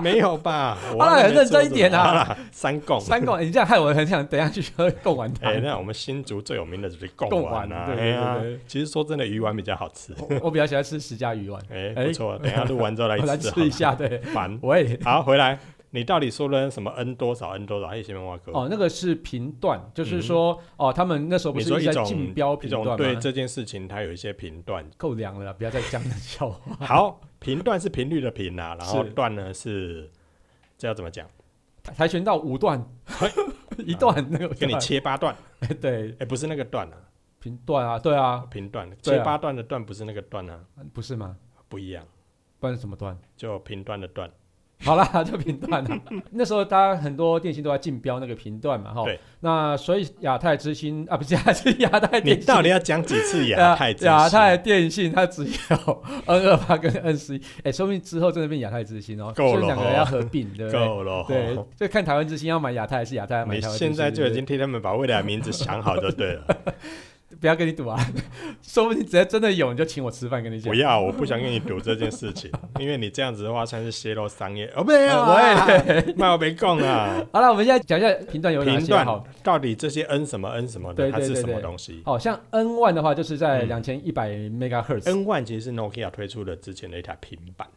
S2: 没有吧？我
S1: 好啦
S2: 忘了
S1: 很认
S2: 没吃过
S1: 真一点啊
S2: 什么！好啦三贡，
S1: 三共，你这样害我很想等一下去喝贡丸汤
S2: 哎、。那我们新竹最有名的就是贡
S1: 贡
S2: 丸啊，
S1: 丸对
S2: 哎呀
S1: 对对对
S2: 其实说真的，鱼丸比较好吃。
S1: 我我比较喜欢吃石家鱼丸，
S2: 哎、
S1: 哎
S2: 不错，等一下录完之后来
S1: 我来
S2: 吃
S1: 吃一下。对，
S2: 好了，烦。
S1: 我 也
S2: 好，回来，你到底说了什么 n 多少 n 多少？还有前面挖哥，
S1: 哦，那个是评断，就是说哦，他们那时候不
S2: 你
S1: 是
S2: 说
S1: 直
S2: 嗯一
S1: 在
S2: 种
S1: 竞标
S2: 一
S1: 评
S2: 种
S1: 断
S2: 对
S1: 吗？
S2: 这件事情，它有一些评断。
S1: 够凉了啦，不要再讲那笑话。
S2: 好，评断是频率的频啊，然后
S1: 是
S2: 段呢是这要怎么讲？
S1: 跆拳道五段， 一段那个
S2: 哎跟你切八段，
S1: 段对
S2: 哎、不是那个段啊，
S1: 评断啊，对啊，
S2: 评断
S1: 对啊
S2: 切八段的段不是那个段啊，
S1: 不是吗？
S2: 不一样，
S1: 不然是什么 段？
S2: 就评断的段。
S1: 好啦，就评断了。那时候大家很多电信都在竞标那个评断嘛，哈。
S2: 对。
S1: 那所以亚太之星啊，不是 亚是亚太
S2: 你
S1: 电信，
S2: 到底要讲几次 亚太之
S1: 亚
S2: 星
S1: 啊太电信它只有 N 二八跟 N 十一，哎，说不定之后真的变亚太之星哦，
S2: 够了
S1: 所以两个
S2: 哦
S1: 要合并，对不对？
S2: 够了，
S1: 对，就看台湾之星要买亚太还是亚太要买
S2: 你
S1: 台湾之星。
S2: 现在就已
S1: 对
S2: 经替他们把未来的名字想好就对了。
S1: 不对不要跟你赌啊， 说不定只要真的有，你就请我吃饭跟你讲
S2: 不。要，我不想跟你赌这件 事情，因为你这样子的话算是泄露商业。哦，没有
S1: 呃
S2: 啊，我 也那我没供啊。
S1: 好了，我们现在讲一下评断有哪
S2: 评
S1: 些好
S2: 断。到底这些 N 什么 N 什么
S1: 对
S2: 的，它
S1: 对
S2: 是
S1: 对
S2: 什么
S1: 对
S2: 东西
S1: 好像 N one 的话，就是在两
S2: 嗯
S1: 千一百 megahertz。
S2: ？N One 其实是 Nokia 推出的之前的一台平板。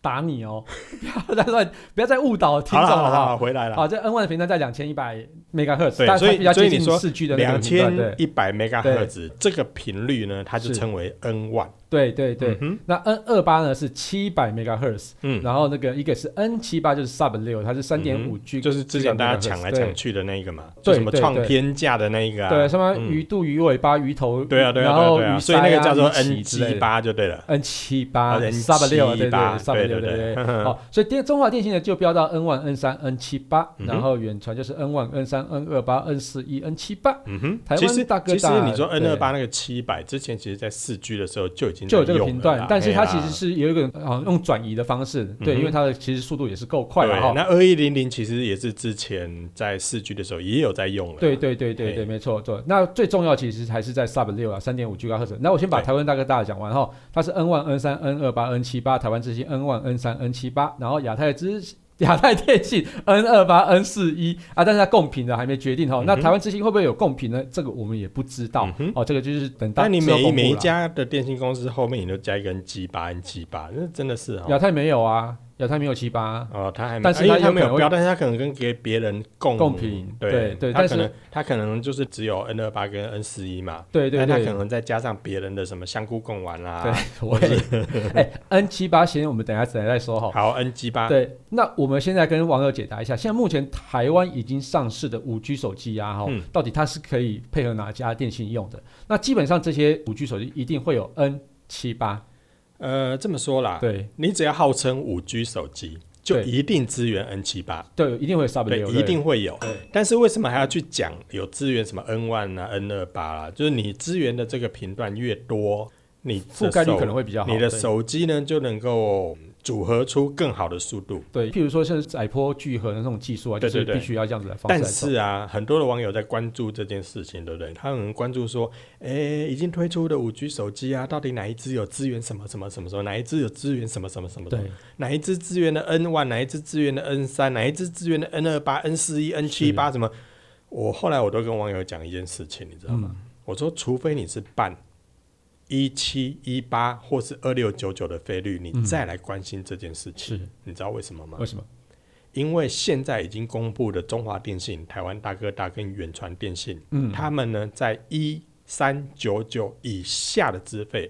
S1: 打你哦！ 不要再乱，不要再误导听
S2: 好
S1: 众好
S2: 了好
S1: 不
S2: 了，
S1: 好？
S2: 回来了。
S1: 好，这 N 1的频段在两千一百 megahertz，
S2: 对
S1: 大
S2: 所以
S1: 比较
S2: 所
S1: 接
S2: 以你
S1: 近
S2: 说
S1: 四 G 的那个
S2: 两
S1: 频段，
S2: 千
S1: 对
S2: 一百 MHz 这个频率呢，它就是称为 N One。
S1: 对对对。
S2: 嗯
S1: 那 N 二八呢是七百 megahertz，
S2: 哼，嗯，
S1: 然后那个一个是 N 七八就是 sub 六，它是三点五 G，
S2: 嗯就是之前大家抢来抢去的那一个嘛，就
S1: 对
S2: 什么
S1: 对
S2: 创
S1: 对
S2: 天价的那一个啊。
S1: 对，什么
S2: 嗯
S1: 鱼肚、鱼尾巴、鱼头，
S2: 对啊，对啊，
S1: 然
S2: 对啊
S1: 后
S2: 对啊，
S1: 鱼
S2: 所以那个叫做 N G
S1: G
S2: 八就对了。
S1: N 七八
S2: 啊，N
S1: sub 六，对对
S2: 78
S1: sub 六，
S2: 对对
S1: 对
S2: 对
S1: 对。好，所以电中华电信呢就标到 N one、N 三、N 七八，
S2: 嗯哼
S1: 然后远传就是 N one、N 三、N 二八、N 四一、N 七八，
S2: 嗯哼，
S1: 台
S2: 其
S1: 湾
S2: 实
S1: 大哥
S2: 其实
S1: 大
S2: 你说 N
S1: 对
S2: 二八那个七百之前，其实在四 G 的时候就已经
S1: 就有
S2: 在
S1: 这个
S2: 用
S1: 频
S2: 了
S1: 段
S2: 啦，
S1: 但是它
S2: 嘿啊
S1: 其
S2: 啦
S1: 实是有一个啊用转移的方式，对，
S2: 嗯哼
S1: 因为它的其实速度也是够快
S2: 对
S1: 了哈。
S2: 那二一零零其实也是之前在四 G 的时候也有在用了，
S1: 对，对对对对，
S2: 嘿
S1: 没错，对。那最重要其实还是在 Sub 六啊，三点五 G 赫兹。那我先把
S2: 对
S1: 台湾大哥大讲完哈，它是 N one、N 三、N 二八、N 七八，台湾之星 N one、N 三、N 七八，然后亚太之 亚太电信 N 二八、N 四一啊，但是它共频的还没决定哈。那
S2: 嗯哼
S1: 台湾之星会不会有共频呢？这个我们也不知道
S2: 嗯哼
S1: 哦，这个就是等到
S2: 但你
S1: 之后
S2: 每一
S1: 公布
S2: 每一
S1: 啦
S2: 家的电信公司后面你都加一个 N G 八 N G 八，那真的是
S1: 亚
S2: 哦。
S1: 太没有啊，亚太没有七八，
S2: 哦，他还没，
S1: 但是
S2: 因为
S1: 它
S2: 他
S1: 有
S2: 没
S1: 可能
S2: 有
S1: 会
S2: 标，但是他可能跟给别人共
S1: 共频对
S2: 对
S1: 对
S2: 他
S1: 但是
S2: 可能他可能就是只有 N 二八跟 N 四一嘛，
S1: 对对
S2: 但他
S1: 对
S2: 可。能啊再加上别人的什么香菇贡丸
S1: 对
S2: 啦，，
S1: 我也 哎，N 七八先，我们等一下再再说哈。
S2: 好 N G 八，
S1: 对，那我们现在跟网友解答一下，现在目前台湾已经上市的五 G 手机啊，哈、
S2: 嗯
S1: 到底它是可以配合哪家电信用的？那基本上这些五 G 手机一定会有 N 七八，
S2: 呃，这么说啦，
S1: 对
S2: 你只要号称五 G 手机，就
S1: 对
S2: 一定支援 N 七八，
S1: 对，一定会有 Sub
S2: 对，
S1: 六，
S2: 一定会有
S1: 对。
S2: 但是为什么还要去讲有支援什么 N one 啊、N 二八啦？就是你支援的这个频段越多，你的
S1: 覆盖率
S2: 手
S1: 可能会比较好。
S2: 你的
S1: 对
S2: 手机呢就能够组合出更好的速度。
S1: 对，譬如说像是载波聚合的那种技术啊，就
S2: 对
S1: 是
S2: 对对
S1: 必须要这样子来方式来
S2: 但
S1: 走。
S2: 是啊，很多的网友在关注这件事情，对不对？他们关注说，诶，已经推出的五 G 手机啊，到底哪一支有支援什么什么什么什么，哪一支有支援什么什么什么什么
S1: 对，
S2: 哪一支支援的 N one，哪一支支援的 N 三，哪一支支援的 N 二八、N 四一、N 七八什么？我后来我都跟网友讲一件事情，你知道吗？
S1: 嗯，
S2: 我说，除非你是办一七一八或是二六九九的费率，你
S1: 嗯
S2: 再来关心这件事情。
S1: 是
S2: 你知道为什么吗
S1: 为？什么？
S2: 因为现在已经公布的中华电信、台湾大哥大跟远传电信，
S1: 嗯，
S2: 他们呢在一三九九以下的资费，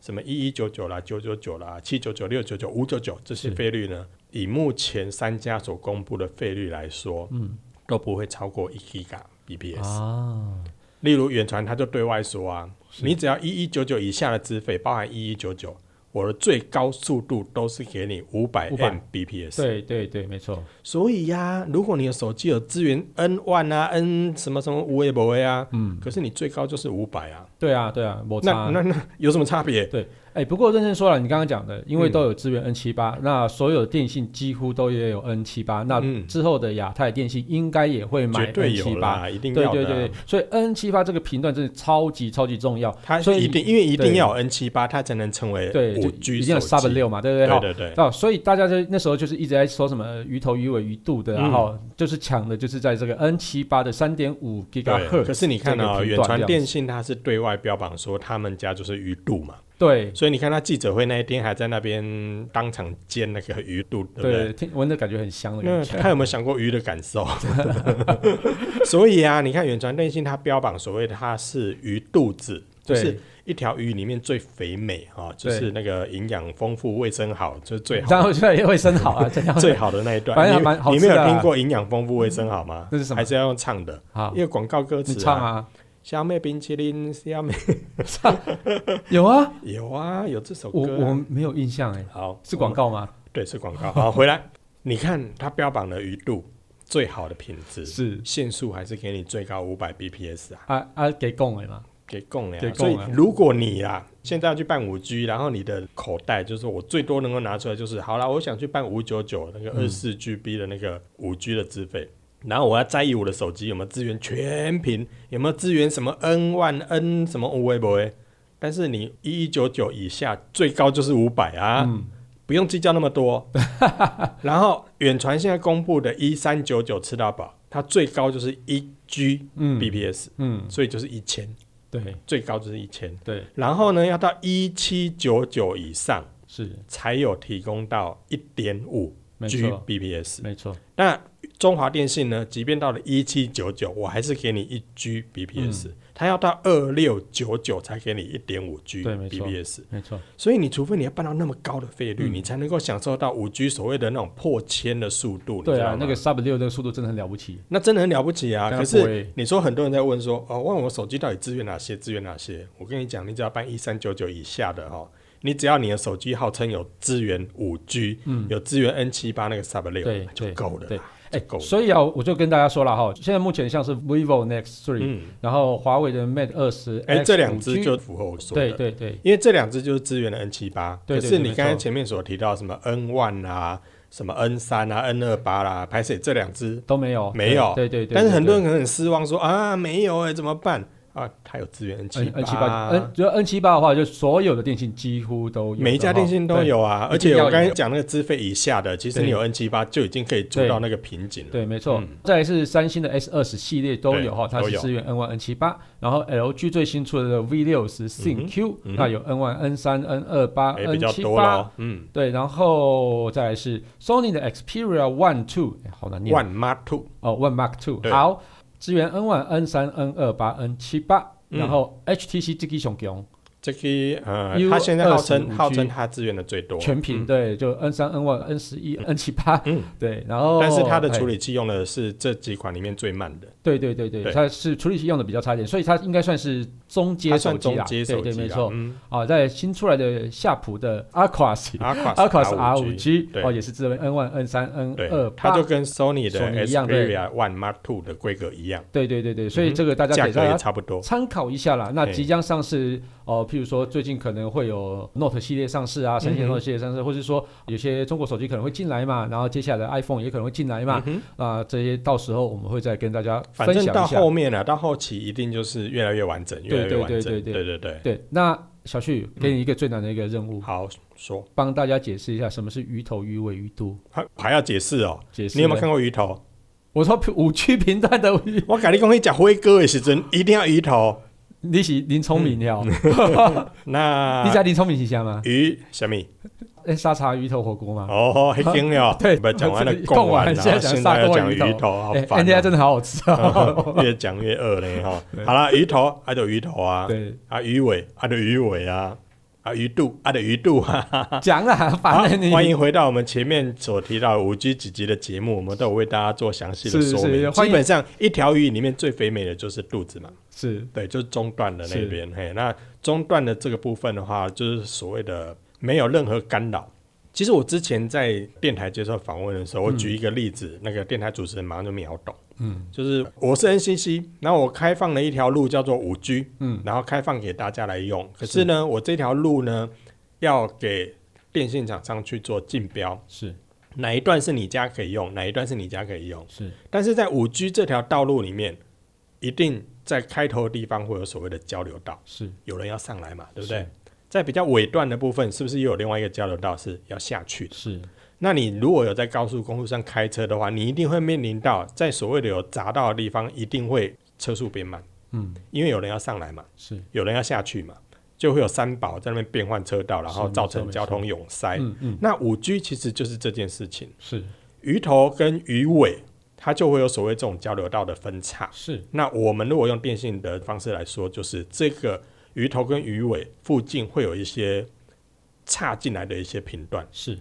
S2: 什么一一九九啦、九九九啦、七九九、六九九、五九九这些
S1: 是
S2: 费率呢，以目前三家所公布的费率来说，
S1: 嗯
S2: 都不会超过一 giga BPS。
S1: 啊，
S2: 例如远传，它就对外说啊，
S1: 是
S2: 你只要一一九九以下的资费，包含一一九九，我的最高速度都是给你五百
S1: 500
S2: Mbps。
S1: 对对对，没错，
S2: 所以呀、如果你的手机有支援 N one 啊，N 什么什么五 A 五 A 啊，
S1: 嗯，
S2: 可是你最高就是五百啊，
S1: 对啊对啊，我
S2: 那
S1: 差
S2: 那那有什么差别？
S1: 对，
S2: 哎、
S1: 哎，不过认真说了，你刚刚讲的，因为
S2: 嗯
S1: 都有支援 N 七八，那所有电信几乎都也有 N 七八，那
S2: 嗯
S1: 之后的亚太电信应该也会买
S2: 绝
S1: N
S2: 对
S1: 七
S2: 有
S1: 八。
S2: 啦，一定
S1: 对
S2: 要
S1: 对
S2: 的啊。
S1: 对，对所以 N 七八这个频段真的超级超级重要，
S2: 它
S1: 所以
S2: 一定因为一定
S1: 对
S2: 要有 N 七八，它才能成为
S1: 对，就
S2: 五 G
S1: 一定要
S2: 手
S1: sub
S2: 机
S1: 六嘛，对不对？
S2: 对
S1: 好
S2: 对对，
S1: 啊，所以大家在那时候就是一直在说什么鱼头鱼尾鱼肚的啊，然
S2: 嗯
S1: 后、就是抢的就是在这个 N 七八的三点五 g
S2: 对
S1: h 赫
S2: 可
S1: 兹，
S2: 是你看
S1: 这
S2: 啊、
S1: 个频
S2: 远
S1: 段
S2: 传电信它是对外标榜说他们家就是鱼肚嘛，
S1: 对
S2: 所以你看他记者会那一天还在那边当场煎那个鱼肚，对不对？
S1: 对，听闻着感觉很香的感
S2: 那
S1: 觉。
S2: 他有没有想过鱼的 感受？ 所以啊，你看远传电信它标榜所谓的它是鱼肚子，就
S1: 对
S2: 是一条鱼里面最肥美啊、哦，就
S1: 对
S2: 是那个营养丰富、卫生好，就是最好
S1: 当 然我觉得也会生蚝啊，真的
S2: 最好的那一
S1: 反正
S2: 段。
S1: 还蛮好
S2: 你你
S1: 吃
S2: 没
S1: 的
S2: 有
S1: 啊嗯
S2: 听过营养丰富、卫生好吗？
S1: 那是什么
S2: 还是要用唱的，
S1: 好
S2: 因，为广告歌词、
S1: 你唱。啊，
S2: 虾妹冰淇淋，虾妹
S1: 有啊，
S2: 有啊，有这首
S1: 我
S2: 歌啊、
S1: 我没有印象哎，
S2: 好
S1: 是广，告吗？
S2: 对，是广告。好，回来，你看它标榜的鱼肚最好的品质，
S1: 是
S2: 限速还是给你最高五百 BPS 啊，
S1: 啊啊，给供了嘛？
S2: 给供了
S1: 给
S2: 呀。
S1: 供
S2: 所以
S1: 了
S2: 如果你啊，现在要去办五 G，然后你的口袋就是我最多能够拿出来就是，好啦，我想去办五九九那个
S1: 嗯
S2: 二四 GB 的那个五 G 的资费。然后我要在意我的手机有没有资源全屏，有没有资源什么 N 万 N 什么五微博但是你一一九九以下最高就是五百啊，
S1: 嗯
S2: 不用计较那么多。 然后远传现在公布的一三九九吃到饱，它最高就是一 G
S1: 嗯
S2: BPS，、
S1: 嗯，
S2: 所以就是一千，
S1: 对
S2: 最高就是一千。
S1: 对
S2: 然后呢，要到一七九九以上
S1: 是，
S2: 才有提供到一点五
S1: 没
S2: G
S1: 错
S2: BPS。
S1: 没错，
S2: 那中华电信呢，即便到了一七九九，我还是给你一 G BPS，、它
S1: 嗯
S2: 要到二六九九才给你一点五 G
S1: 对没错
S2: BPS。
S1: 没错，
S2: 所以你除非你要办到那么高的费
S1: 嗯
S2: 率，你才能够享受到五 G 所谓的那种破千的速度。你
S1: 对
S2: 知道
S1: 啊
S2: 吗，
S1: 那个 sub 六的速度真的很了不起，
S2: 那真的很了不起啊！
S1: 但它
S2: 可
S1: 不
S2: 是
S1: 会
S2: 你说很多人在问说，哦，问我手机到底支援哪些？支援哪些？我跟你讲，你只要办一三九九以下的哦，你只要你的手机号称有支援五 G，、有支援 N 七八那个 Sub 六
S1: 嗯对
S2: 就够了
S1: 对
S2: 啦，
S1: 哎
S2: 就够，了。
S1: 所以啊，我就跟大家说了哈，现在目前像是 vivo Next Three，
S2: 嗯，
S1: 然后华为的 Mate 二十，
S2: 哎、这两只就符合我说的。
S1: 对对对
S2: 因为这两只就是支援的 N 七八，
S1: 对
S2: 可
S1: 对
S2: 是
S1: 对
S2: 你
S1: 没
S2: 刚才
S1: 错
S2: 前面所提到什么 N one 啊、什么 N 三啊、N 二八啦，排水这两只，
S1: 都没有
S2: 没有
S1: 对对对，
S2: 但是很多
S1: 对
S2: 人可能很失望说啊，没有哎、怎么办啊？它有支援 N 七
S1: 对 N
S2: 八
S1: 七八 N 就 N 七八的话，就所有的电信几乎都有的哈，
S2: 每一家电信都有啊，
S1: 对
S2: 而且
S1: 一定要
S2: 我刚才
S1: 有
S2: 讲那个资费以下的，其实你
S1: 对
S2: 有 N 七八就已经可以做
S1: 对
S2: 到那个瓶颈
S1: 对。对，
S2: 了。
S1: 没错
S2: 嗯。
S1: 再来是三星的 S 二十系列都有哈，
S2: 对
S1: 它
S2: 都
S1: 是
S2: 有
S1: 支援 N 1 N 七八，然后 LG 最新出的 V 六十 Thin Q，
S2: 嗯哼
S1: 那有 N 1 N 三、N 二八、
S2: 哎，比
S1: N
S2: 较
S1: 七
S2: 多
S1: 八，
S2: 咯。嗯
S1: 对，然后再来是 Sony 的 Xperia One Two，哎好难念
S2: ，One Mark Two，
S1: 哦，One Mark Two，
S2: 对
S1: 好，支援 N 1 N 三、N 二八、N 七八，
S2: 嗯
S1: 然后 HTC 这个熊熊。
S2: 这个呃，
S1: U
S2: 它现在号
S1: 25
S2: 称
S1: G
S2: 号称它资源的最多，
S1: 全屏、
S2: 嗯
S1: 对，就 N 三、N 1 N 十一、N 七八，
S2: 嗯
S1: 对，然后哎
S2: 但是它的处
S1: 理，
S2: 理器用的是这几款里面最慢的。
S1: 对对对对，
S2: 对
S1: 它是处理器用的比较差一点，所以它应该算是中阶
S2: 它
S1: 手
S2: 算
S1: 机
S2: 中
S1: 啦，
S2: 阶
S1: 对
S2: 手
S1: 对，
S2: 机
S1: 没
S2: 啦
S1: 错。
S2: 嗯
S1: 啊，在新出来的夏普的 Aquas
S2: ，Aquas
S1: Aquas R 五
S2: R5G
S1: G
S2: 对
S1: 哦，也是支援 N 1 N 三、N 二
S2: 对，它
S1: 八
S2: 就，跟 Sony 的
S1: Sony 一样对
S2: Xperia One Mark Two 的规格一样，
S1: 对对对对，所
S2: 嗯
S1: 以
S2: 哼
S1: 这个大家
S2: 价
S1: 给
S2: 格
S1: 大
S2: 也
S1: 家
S2: 差不多。
S1: 参考一下啦。那
S2: 嘿
S1: 即将上市哦，譬如说最近可能会有 Note 系列上市啊，三星的
S2: 嗯哼
S1: Note 系列上市，或是说有些中国手机可能会进来嘛，然后接下来的 iPhone 也可能会进来嘛
S2: 嗯。哼
S1: 啊、这些到时候我们会再跟大家
S2: 反
S1: 分享
S2: 正
S1: 一下。
S2: 到后面了、到后期一定就是越来越完整，越来越完整。
S1: 对对对
S2: 对对
S1: 对，嗯那小旭给你一个最难的一个任务，
S2: 好说，
S1: 帮大家解释一下什么是鱼头、鱼尾、鱼肚。
S2: 还还要解释哦。
S1: 解释
S2: 你有没有
S1: 呢？
S2: 看过鱼头？
S1: 我说五区频段的鱼，
S2: 我跟你讲，你讲辉哥的时阵一定要鱼头。
S1: 你是林聪明了，
S2: 嗯
S1: 你
S2: 那
S1: 家林聪明是啥吗？
S2: 鱼什么？
S1: 哎，沙茶鱼头火锅吗？
S2: 哦，黑金 了。
S1: 对
S2: 不讲完了
S1: 这个，
S2: 贡完了，
S1: 贡完现在
S2: 现
S1: 讲
S2: 在要讲
S1: 沙锅鱼
S2: 鱼头，好
S1: 哎、
S2: 烦
S1: 人家
S2: 哦。
S1: 真的好好吃哦。
S2: 越讲越饿嘞哈
S1: 对。
S2: 好了，鱼头啊，就鱼头啊，
S1: 对，
S2: 啊鱼尾啊，就鱼尾啊，啊鱼肚啊，就鱼肚啊。
S1: 讲啦，
S2: 好
S1: 反正你
S2: 欢迎回到我们前面所提到五 G 几集的节目，我们都有为大家做详细的
S1: 是
S2: 说
S1: 是
S2: 明。
S1: 欢
S2: 基
S1: 迎
S2: 本上一条鱼里面最肥美的就是肚子嘛，
S1: 是
S2: 对，就是中段的那
S1: 是
S2: 边。嘿，那中段的这个部分的话，就是所谓的没有任何干扰。其实我之前在电台接受访问的时候，我举一个例子，那个电台主持人马上就秒懂。
S1: 嗯，
S2: 就是我是 NCC，然后我开放了一条路叫做五 G，
S1: 嗯，
S2: 然后开放给大家来用。可是呢，我这条路呢，要给电信厂商去做竞标，
S1: 是
S2: 哪一段是你家可以用，哪一段是你家可以用。
S1: 是，
S2: 但是在五 G 这条道路里面，一定在开头的地方会有所谓的交流道，
S1: 是
S2: 有人要上来嘛，对不对？在比较尾段的部分，是不是又有另外一个交流道是要下去的？
S1: 是
S2: 那你如果有在高速公路上开车的话，你一定会面临到在所谓的有匝道的地方，一定会车速变慢，
S1: 嗯
S2: 因为有人要上来嘛，
S1: 是
S2: 有人要下去嘛，就会有三宝在那边变换车道，然后
S1: 是
S2: 造
S1: 没错
S2: 成
S1: 没
S2: 交
S1: 错
S2: 通拥塞。
S1: 嗯嗯
S2: 那五 G 其实就是这件事情。
S1: 是
S2: 鱼头跟鱼尾，它就会有所谓这种交流道的分叉。
S1: 是
S2: 那我们如果用电信的方式来说，就是这个鱼头跟鱼尾附近会有一些岔进来的一些频段，
S1: 是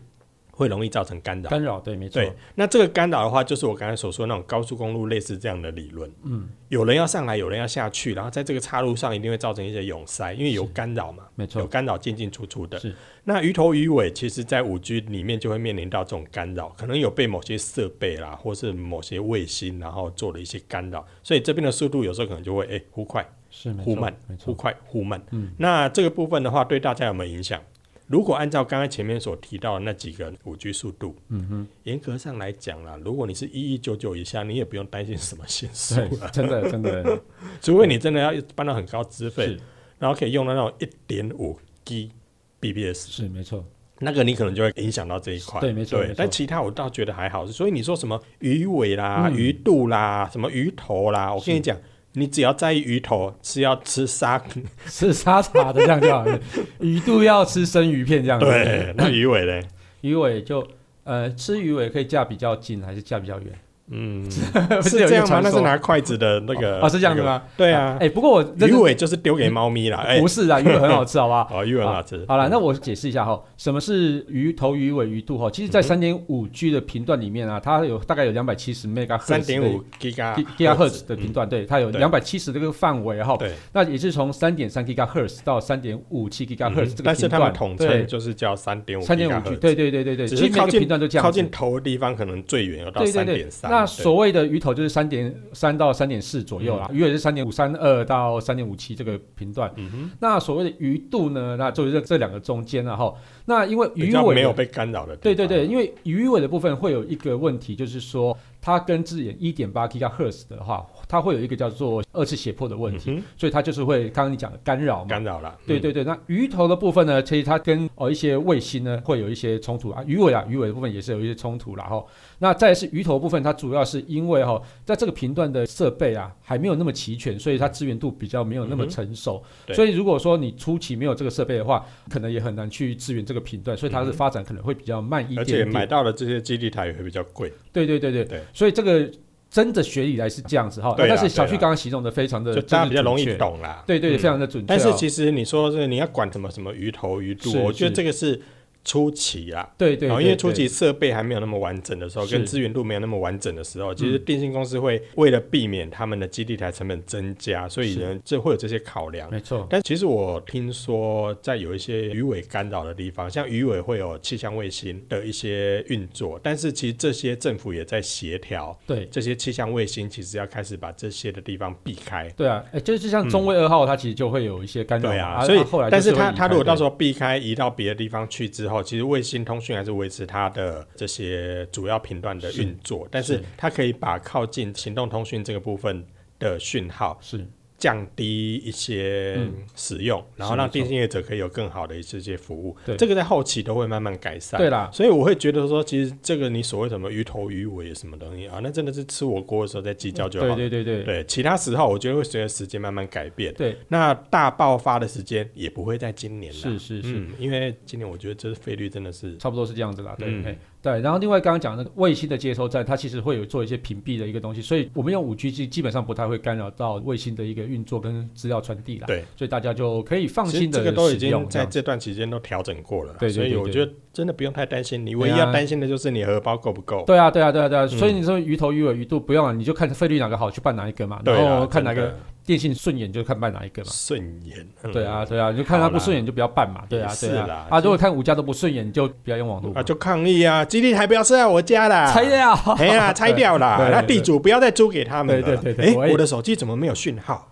S2: 会容易造成干扰。
S1: 干扰，对，没错，
S2: 对，那这个干扰的话，就是我刚才所说那种高速公路类似这样的理论。嗯，有人要上来，有人要下去，然后在这个岔路上一定会造成一些拥塞，因为有干扰嘛，
S1: 没
S2: 有
S1: 错，
S2: 干扰进进出出的。
S1: 是
S2: 那鱼头鱼尾，其实在五 G 里面就会面临到这种干扰，可能有被某些设备啦，或是某些卫星，然后做了一些干扰，所以这边的速度有时候可能就会哎、忽快
S1: 是没
S2: 忽
S1: 错
S2: 慢，
S1: 没
S2: 忽
S1: 错，嗯
S2: 快忽慢。那这个部分的话，对大家有没有影响？如果按照刚刚前面所提到的那几个五 G 速度，嗯哼，严格上来讲啦，如果你是一一九九以下，你也不用担心什么限速
S1: 对，真的真的
S2: 除非你真的要搬到很高资费
S1: 是，
S2: 然后可以用到那种一点五 G BBS。
S1: 是没错，
S2: 那个你可能就会影响到这一块，
S1: 对没错没错
S2: 但其他我倒觉得还好，所以你说什么鱼尾啦、
S1: 嗯
S2: 鱼肚啦、什么鱼头啦，我
S1: 是
S2: 跟你讲，你只要在意鱼头是要吃沙，
S1: 吃沙茶的这样就好了，鱼肚要吃生鱼片这样子，
S2: 对，那鱼尾 嘞，
S1: 鱼尾就呃吃鱼尾可以架比较近还是架比较 远？
S2: 嗯，
S1: 不
S2: 是
S1: 有一
S2: 这
S1: 个
S2: 样吗？
S1: 传
S2: 那是
S1: 说
S2: 拿筷子的那个
S1: 哦，是这样子？吗？
S2: 那个对啊，
S1: 哎，不过我认
S2: 鱼
S1: 真
S2: 尾就是丢给猫咪啦，哎
S1: 不，是啊，鱼尾很好吃，好不 好？
S2: 哦，鱼尾很好吃。
S1: 好了，那我解释一下哈，什么是鱼头、鱼尾、鱼肚哈？其实，在
S2: 嗯
S1: 三点五 G 的频段里面啊，它有大概有两百七十 mega
S2: 三点五
S1: G G a 赫
S2: GHz
S1: 兹的频段，对，它有
S2: 对
S1: 两百七十这个范围哈。
S2: 对，
S1: 那也是从三点三 Giga Hertz 到三点五七 Giga
S2: 嗯
S1: Hertz 这个
S2: 但是
S1: 频
S2: 他们
S1: 段，
S2: 统称
S1: 对，
S2: 就是叫三点五，
S1: 三点五 G，，对对对对对，
S2: 只
S1: 其
S2: 是
S1: 实
S2: 靠
S1: 每个
S2: 近
S1: 频段就这
S2: 靠
S1: 样
S2: 近
S1: 子。
S2: 头的地方可能最远有到
S1: 对
S2: 三
S1: 对
S2: 点
S1: 对，
S2: 三。
S1: 那
S2: 对
S1: 所谓的鱼头就是三点三到三点四左右啦，鱼尾是三点五三二到三点五七这个频段。
S2: 嗯哼，
S1: 那所谓的鱼肚呢，那就是这这两个中间了哈。那因为
S2: 比
S1: 鱼
S2: 较
S1: 尾
S2: 没有
S1: 的
S2: 被干扰的地
S1: 对
S2: 方。
S1: 对对，因为鱼尾的部分会有一个问题，就是说它跟字眼一点八 GHz 的话，它会有一个叫做二次胁迫的问
S2: 嗯
S1: 题，
S2: 哼，
S1: 所以它就是会刚刚你讲的干扰嘛。
S2: 干扰了。嗯
S1: 对对对，那鱼头的部分呢，其实它跟哦一些卫星呢会有一些冲突啊，鱼尾啊鱼尾的部分也是有一些冲突啦哈。那再来是鱼头部分，它主要是因为哈，在这个频段的设备啊还没有那么齐全，所以它支援度比较没有那么成熟。
S2: 嗯对
S1: 所以如果说你初期没有这个设备的话，可能也很难去支援这个频段，所以它
S2: 嗯
S1: 的
S2: 哼
S1: 发展可能会比较慢一
S2: 嗯，而
S1: 点
S2: 且
S1: 点。
S2: 买到的这些基地台也会比较贵。
S1: 对对对对，
S2: 对
S1: 所以这个真的学理来是这样子哈，
S2: 对啦
S1: 但是小
S2: 对
S1: 旭
S2: 啦
S1: 刚刚形容的非常的
S2: 就大家比较容易，
S1: 就是准确
S2: 懂啦。
S1: 对对对，
S2: 嗯
S1: 非常的准确哦。
S2: 但是其实你说是你要管什么什么鱼头鱼肚
S1: 是，
S2: 我觉得
S1: 是
S2: 这个是初期啦。
S1: 对对，
S2: 然后
S1: 对
S2: 哦因为初
S1: 对
S2: 期设备还没有那么完整的时候，
S1: 是嗯
S2: 跟资源度没有那么完整的时候，其实电信公司会为了避免他们的基地台成本增加，所以呢，这会有这些考量。
S1: 没错，
S2: 但其实我听说，在有一些鱼尾干扰的地方，像鱼尾会有气象卫星的一些运作，但是其实这些政府也在协调，
S1: 对
S2: 这些气象卫星其实要开始把这些的地方避开。
S1: 对啊，哎，就是像中卫二号，它其实就会有一些干扰嘛
S2: 嗯对啊，
S1: 啊，
S2: 所以、
S1: 啊后来就
S2: 但是
S1: 会
S2: 它
S1: 移
S2: 它如果
S1: 开
S2: 到时候避开移到别的地方去之后，其实卫星通讯还是维持它的这些主要频段的
S1: 是
S2: 运作，但是
S1: 是
S2: 它可以把靠近行动通讯这个部分的讯号
S1: 是
S2: 降低一些使用，然后
S1: 嗯是
S2: 让
S1: 没错
S2: 电信业者可以有更好的一些些服务。
S1: 对
S2: 这个在后期都会慢慢改善。
S1: 对啦，
S2: 所以我会觉得说，其实这个你所谓什么鱼头鱼尾什么东西啊，那真的是吃火锅的时候再计较就好了。
S1: 对对对对
S2: 对其他时候我觉得会随着时间慢慢改变。
S1: 对，
S2: 那大爆发的时间也不会在今年了。
S1: 是是是。
S2: 嗯，因为今年我觉得这费率真的是
S1: 差不多是这样子啦，对、
S2: 嗯
S1: 哎对。然后另外刚刚讲那个卫星的接收站，它其实会有做一些屏蔽的一个东西，所以我们用五 G 基基本上不太会干扰到卫星的一个运作跟资料传递啦。
S2: 对，
S1: 所以大家就可以放
S2: 其实
S1: 心的
S2: 这个都已
S1: 使
S2: 经
S1: 用这
S2: 在
S1: 样子。
S2: 这段期间都调整过了啦，
S1: 对对对
S2: 所以我
S1: 对
S2: 觉得真的不用太担心。你唯一
S1: 对啊
S2: 要担心的就是你荷包够不够。
S1: 对啊，对啊，对啊，对啊，所
S2: 嗯
S1: 以你说鱼头鱼尾鱼肚不用啊，你就看费率哪个好去办哪一个嘛，
S2: 对
S1: 然
S2: 啊
S1: 后看哪
S2: 真
S1: 个
S2: 的
S1: 电信顺眼就看办哪一个嘛。
S2: 顺眼。嗯
S1: 对啊，，对啊，你就看他不顺眼就不要办嘛。对啊，
S2: 也是
S1: 对
S2: 啦
S1: 啊。啊，如果看五家都不顺眼，你就不要用网络嘛
S2: 啊，。就抗议啊！基地台不要设在我家啦，
S1: 拆掉。
S2: 哎呀， 拆掉啦！
S1: 对对
S2: 那地主不要再租给他们了。
S1: 对对对对
S2: 哎
S1: 我也
S2: 我的手机怎么没有讯号？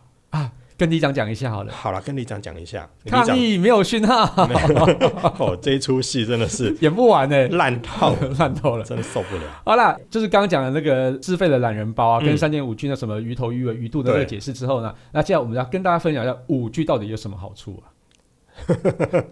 S1: 跟里长讲一下好了。
S2: 好了，跟里长讲一下，里
S1: 抗
S2: 长
S1: 议没有讯 号，
S2: 哦，这一出戏真的是
S1: 演不完哎、
S2: 烂套，
S1: 烂透了。
S2: 真的受不了。
S1: 好啦，就是刚刚讲的那个自费的懒人包啊，
S2: 嗯
S1: 跟三点五 G 的什么鱼头、鱼尾、鱼肚的那个
S2: 对
S1: 解释之后呢，那现在我们要跟大家分享一下五 G 到底有什么好处啊？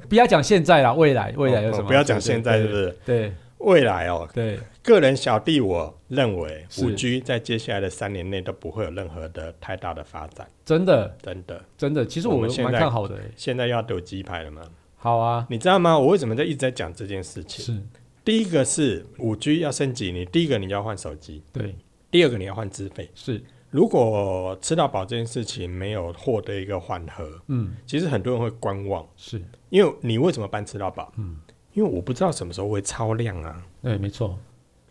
S1: 不要讲现在啦，未来未来有什么好处、
S2: 哦不要讲现在是不
S1: 对
S2: 是？
S1: 对
S2: 未来哦，
S1: 对对
S2: 个人小弟我认为
S1: 是
S2: 五 G 在接下来的三年内都不会有任何的太大的发展，
S1: 真的
S2: 真的。
S1: 真的，其实
S2: 我
S1: 我
S2: 们现
S1: 蛮
S2: 在
S1: 看好的、欸。
S2: 现在又要丢鸡排了吗？
S1: 好啊，
S2: 你知道吗？我为什么在一直在讲这件事情？
S1: 是
S2: 第一个是五 G 要升级，你第一个你要换手机，
S1: 对
S2: 第二个你要换资费。
S1: 是
S2: 如果吃到饱这件事情没有获得一个缓和，
S1: 嗯
S2: 其实很多人会观望，
S1: 是
S2: 因为你为什么办吃到饱？
S1: 嗯
S2: 因为我不知道什么时候会超量啊。
S1: 对没错，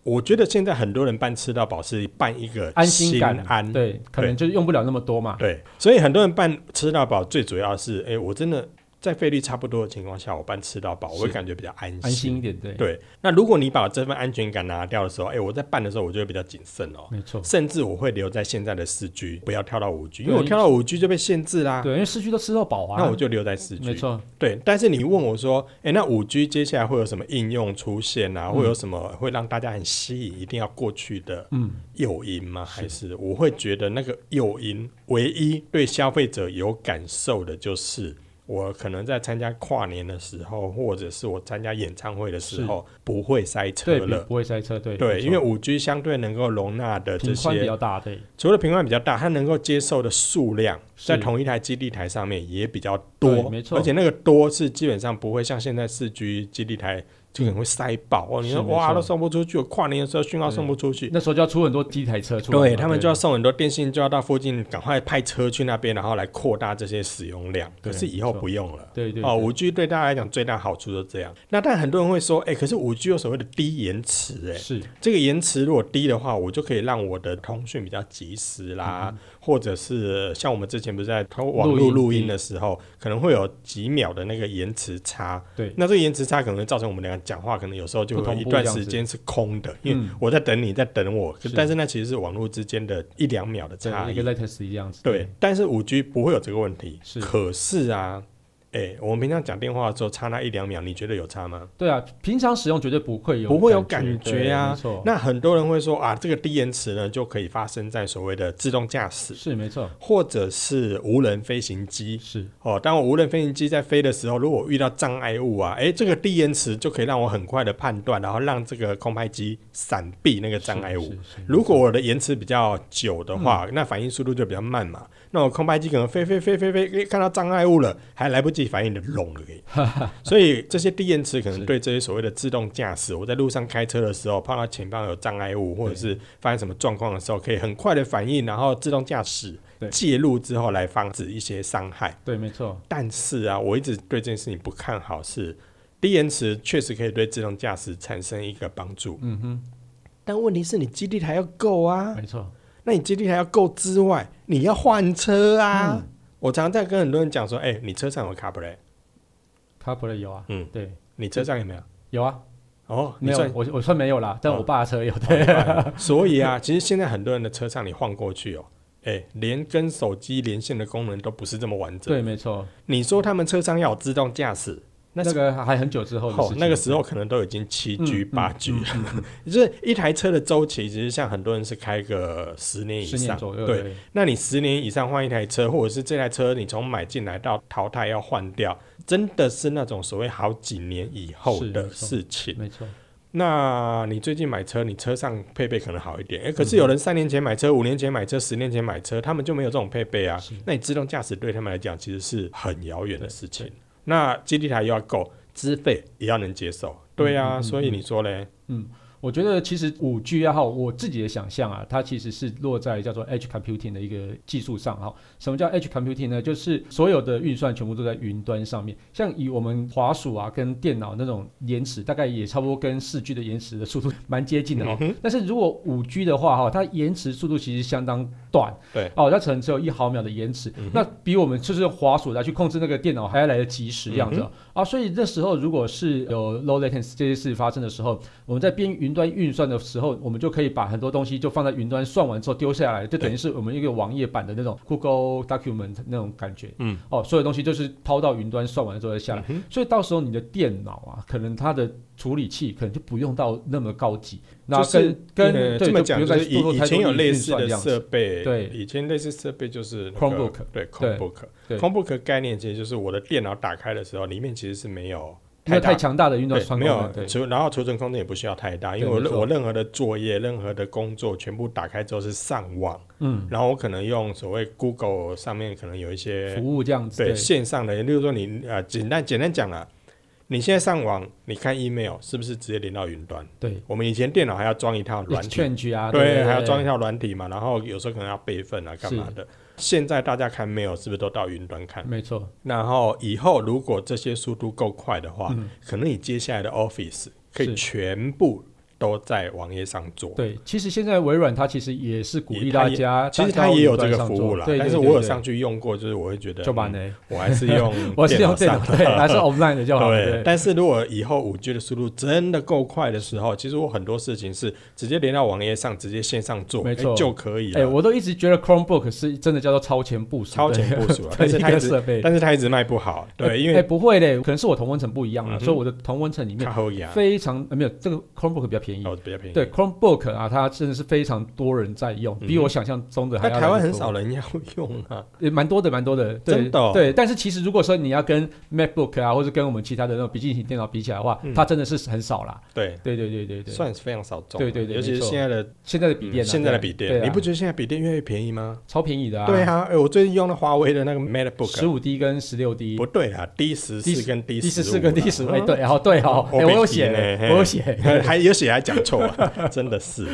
S2: 我觉得现在很多人办吃到饱是办一个
S1: 安
S2: 心
S1: 心感啊
S2: 安
S1: 对，可能就是用不了那么多嘛。
S2: 对，所以很多人办吃到饱，最主要是，哎、我真的在费率差不多的情况下，我办吃到饱，我会
S1: 是
S2: 感觉比较安心。
S1: 安心一点，对，
S2: 对，那如果你把这份安全感拿掉的时候，哎、我在办的时候，我就会比较谨慎哦，
S1: 没错，
S2: 甚至我会留在现在的四 G，不要跳到五 G，因为
S1: 对
S2: 我跳到五 G 就被限制啦。
S1: 对，因为市区都吃到饱啊，
S2: 啊那我就留在四 G，
S1: 没错，
S2: 对。但是你问我说，哎、那五 G 接下来会有什么应用出现啊？会有什么会让大家很吸引，一定要过去的
S1: 嗯，
S2: 诱因吗？还是我会觉得那个诱因唯一对消费者有感受的，就是我可能在参加跨年的时候，或者是我参加演唱会的时候，不会塞车
S1: 对，比
S2: 了。
S1: 不会塞车，对，
S2: 对，
S1: 没错
S2: 因为五 G 相对能够容纳的这
S1: 频宽比
S2: 些，
S1: 较大，对，
S2: 除了频宽比较大，它能够接受的数量，
S1: 是
S2: 在同一台基地台上面也比较多，
S1: 对没错
S2: 而且那个多是基本上不会像现在四 G 基地台就可能会塞爆哦，你说
S1: 是没
S2: 哇
S1: 错
S2: 都送不出去，跨年的时候讯号送不出去，
S1: 那时候就要出很多机台车出来嘛，
S2: 对他们就要送很多电信，就要到附近赶快派车去那边，然后来扩大这些使用量。可
S1: 对
S2: 是以后
S1: 没错
S2: 不用了。
S1: 对对
S2: 哦，
S1: 对
S2: 五 G 对大家来讲最大好处就是这样。那但很多人会说，哎、可是五 G 有所谓的低延迟，哎，
S1: 是
S2: 这个延迟如果低的话，我就可以让我的通讯比较及时
S1: 嗯
S2: 啦，或者是像我们之前不是在通网
S1: 录
S2: 络
S1: 音
S2: 录音的时候，可能会有几秒的那个延迟差。
S1: 对
S2: 那这个延迟差可能造成我们俩讲话，可能有时候就
S1: 不
S2: 会
S1: 同
S2: 有
S1: 步
S2: 一段
S1: 这样子
S2: 时间是空的，因为
S1: 嗯
S2: 我在等你，在等我，
S1: 是
S2: 但是那其实是网络之间的一两秒的差
S1: 对一
S2: 异
S1: 个。latency 这样子，
S2: 对，，但是五 G 不会有这个问题。
S1: 是
S2: 可是啊，哎、我们平常讲电话的时候差那一两秒，你觉得有差吗？
S1: 对啊，平常使用绝对不会有
S2: 不会有感觉
S1: 对
S2: 啊
S1: 没错，
S2: 那很多人会说啊，这个低延迟呢，就可以发生在所谓的自动驾驶，
S1: 是没错，
S2: 或者是无人飞行机。
S1: 是
S2: 哦，当我无人飞行机在飞的时候，如果我遇到障碍物啊，诶，这个低延迟就可以让我很快的判断，然后让这个空拍机闪避那个障碍物
S1: 是。是是
S2: 如果我的延迟比较久的话，那反应速度就比较慢嘛。那我空拍机可能飞飞飞飞飞，诶看到障碍物了，还来不及反应的拢了给。 所以这些低延迟可能
S1: 是
S2: 对这些所谓的自动驾驶，我在路上开车的时候碰到前方有障碍物，或者是发生什么状况的时候，可以很快的反应，然后自动驾驶
S1: 对
S2: 介入之后来防止一些伤害。
S1: 对没错，
S2: 但是啊，我一直对这件事情不看好是，低延迟确实可以对自动驾驶产生一个帮助，
S1: 嗯哼，
S2: 但问题是你基地台要够啊，
S1: 没错，
S2: 那你基地台要够之外，你要换车啊。
S1: 嗯
S2: 我常常在跟很多人讲说，哎、你车上有 CarPlay，
S1: CarPlay 有啊，
S2: 嗯，
S1: 对，
S2: 你车上有没有？
S1: 有啊，
S2: 哦，你
S1: 没有
S2: 算，
S1: 我我算没有啦，但我爸的车有，
S2: 哦
S1: 对，
S2: 明白了所以啊， 其实现在很多人的车上你换过去哦，哎、连跟手机连线的功能都不是这么完整。
S1: 对，没错，
S2: 你说他们车上要有自动驾驶，那
S1: 那
S2: 是。
S1: 个还很久之后的事
S2: 哦
S1: 情，，
S2: 那个时候可能都已经七 G、
S1: 嗯
S2: 八 G，就是 一台车的周期，其实像很多人是开个十年以
S1: 十
S2: 上
S1: 年，左右，
S2: 对，那你十年以上换一台车，或者是这台车你从买进来到淘汰要换掉，真的是那种所谓好几年以后
S1: 是
S2: 的
S1: 没错
S2: 事情。
S1: 没错，
S2: 那你最近买车，你车上配备可能好一
S1: 嗯
S2: 点，诶，可是有人三年前买车、五年前买车、十年前买车，他们就没有这种配备啊
S1: 是。
S2: 那你自动驾驶对他们来讲其实是很遥远的事情。那基地台又要够，资费也要能接受，对啊。
S1: 嗯嗯嗯
S2: 所以你说嘞，
S1: 我觉得其实五 G 啊，哈，我自己的想象啊，它其实是落在叫做 Edge computing 的一个技术上哈。什么叫 Edge computing 呢？就是所有的运算全部都在云端上面。像以我们滑鼠啊跟电脑那种延迟，大概也差不多跟四 G 的延迟的速度蛮接近的哦。
S2: 嗯哼
S1: 但是如果五 G 的话哈，它延迟速度其实相当短，
S2: 对
S1: 哦，它可能只有一毫秒的延迟，
S2: 嗯哼
S1: 那比我们就是用滑鼠来去控制那个电脑还要来得及
S2: 嗯
S1: 时这样子哦、啊。所以那时候如果是有 low latency 这些事发生的时候，我们在编云云端运算的时候，我们就可以把很多东西就放在云端算完之后丢下来，就等于是我们一个网页版的那种 Google Document 那种感觉。
S2: 嗯，
S1: 哦，所有东西就是抛到云端算完之后再下来。
S2: 嗯
S1: 所以到时候你的电脑啊，可能它的处理器可能就不用到那么高级，那
S2: 就是
S1: 跟跟
S2: 呃
S1: 对
S2: 这么
S1: 就
S2: 讲，
S1: 不用
S2: 就
S1: 再
S2: 是以
S1: 多做
S2: 以
S1: 太
S2: 前
S1: 多
S2: 有
S1: 运
S2: 类似
S1: 算
S2: 的
S1: 这样子
S2: 设备，
S1: 对
S2: 以前类似设备就是那个
S1: Chromebook
S2: 对
S1: 对
S2: Chromebook，
S1: 对
S2: Chromebook 概念其实就是我的电脑打开的时候，里面其实是没有
S1: 因为
S2: 大
S1: 太强大的运
S2: 对
S1: 算
S2: 没
S1: 功
S2: 有
S1: 能，对，
S2: 储，然后储存空间也不需要太大，因为
S1: 对
S2: 我
S1: 没错
S2: 我任何的作业、任何的工作全部打开之后是上网，
S1: 嗯，
S2: 然后我可能用所谓 Google 上面可能有一些
S1: 服务这样子，
S2: 对
S1: 对，
S2: 线上的，例如说你呃简单简单讲啦，你现在上网，你看 email 是不是直接连到云端？
S1: 对
S2: 我们以前电脑还要装一套软体，
S1: ，Exchange 啊，
S2: 对，
S1: 对，
S2: 还要装一套软体嘛，然后有时候可能要备份啊，干嘛的。现在大家看 mail 是不是都到云端看？
S1: 没错，
S2: 然后以后如果这些速度够快的话，
S1: 嗯
S2: 可能你接下来的 Office 可以
S1: 是
S2: 全部都在网页上做。
S1: 对。其实现在微软它其实也是鼓
S2: 也
S1: 励
S2: 它
S1: 大
S2: 也
S1: 家，
S2: 其实
S1: 大家
S2: 它也有这个服务
S1: 了
S2: 啦，，
S1: 对
S2: 但
S1: 对
S2: 是
S1: 对
S2: 我有
S1: 对
S2: 上去用过，就是我会觉得
S1: 就把
S2: 嗯
S1: 呢，
S2: 我还是用
S1: 我是用电
S2: 上
S1: 脑， 对，还是 online 的就好了，
S2: 对
S1: 对，，
S2: 但是如果以后五 G 的速度真的够快的时候，其实我很多事情是直接连到网页上，直接线上做，
S1: 没
S2: 哎
S1: 错
S2: 就可以
S1: 哎、
S2: 了。
S1: 我都一直觉得 Chromebook 是真的叫做超前部署的，
S2: 超前部署啊但
S1: 对
S2: 是
S1: 一
S2: 它一
S1: 个
S2: 直
S1: 设备。
S2: 但是它一直卖不好，对，因
S1: 哎、
S2: 为
S1: 不会嘞，可能是我同温层不一样啊，
S2: 嗯哼
S1: 所以我的同温层里面
S2: 它后牙
S1: 非常、呃、没有这个 Chromebook 比较便宜。
S2: 哦比较便宜。
S1: 对 Chromebook 啊，它真的是非常多人在用，比
S2: 嗯哼
S1: 我想象中的还
S2: 但
S1: 要
S2: 台湾
S1: 来得
S2: 很
S1: 多
S2: 少人要用啊，
S1: 也蛮多的，蛮多的，对
S2: 真的哦
S1: 对。但是其实如果说你要跟 MacBook 啊，或者跟我们其他的那种笔记型电脑比起来的话，
S2: 嗯
S1: 它真的是很少啦。
S2: 对，
S1: 对对对对对，
S2: 算是非常少众啊。
S1: 对对对
S2: 尤其
S1: 没
S2: 是
S1: 错
S2: 现在的
S1: 现在的笔电、啊，
S2: 现在的
S1: 对
S2: 笔
S1: 对
S2: 电，
S1: 啊
S2: 你不觉得现在笔电越来越便宜吗？
S1: 超便宜的啊？
S2: 对，啊，哎，我最近用的华为的那个 MateBook，
S1: 十五 D 跟十六 D，
S2: 不对啊，D 十啊四跟 D
S1: 第十
S2: 四
S1: 四跟第十五，哎，对，然后对哦，
S2: 我
S1: 哎，
S2: 被
S1: 我有
S2: 提
S1: 写
S2: 呢
S1: 嘞，
S2: 嘿
S1: 我有写，
S2: 还有写还讲错、啊， 真的是。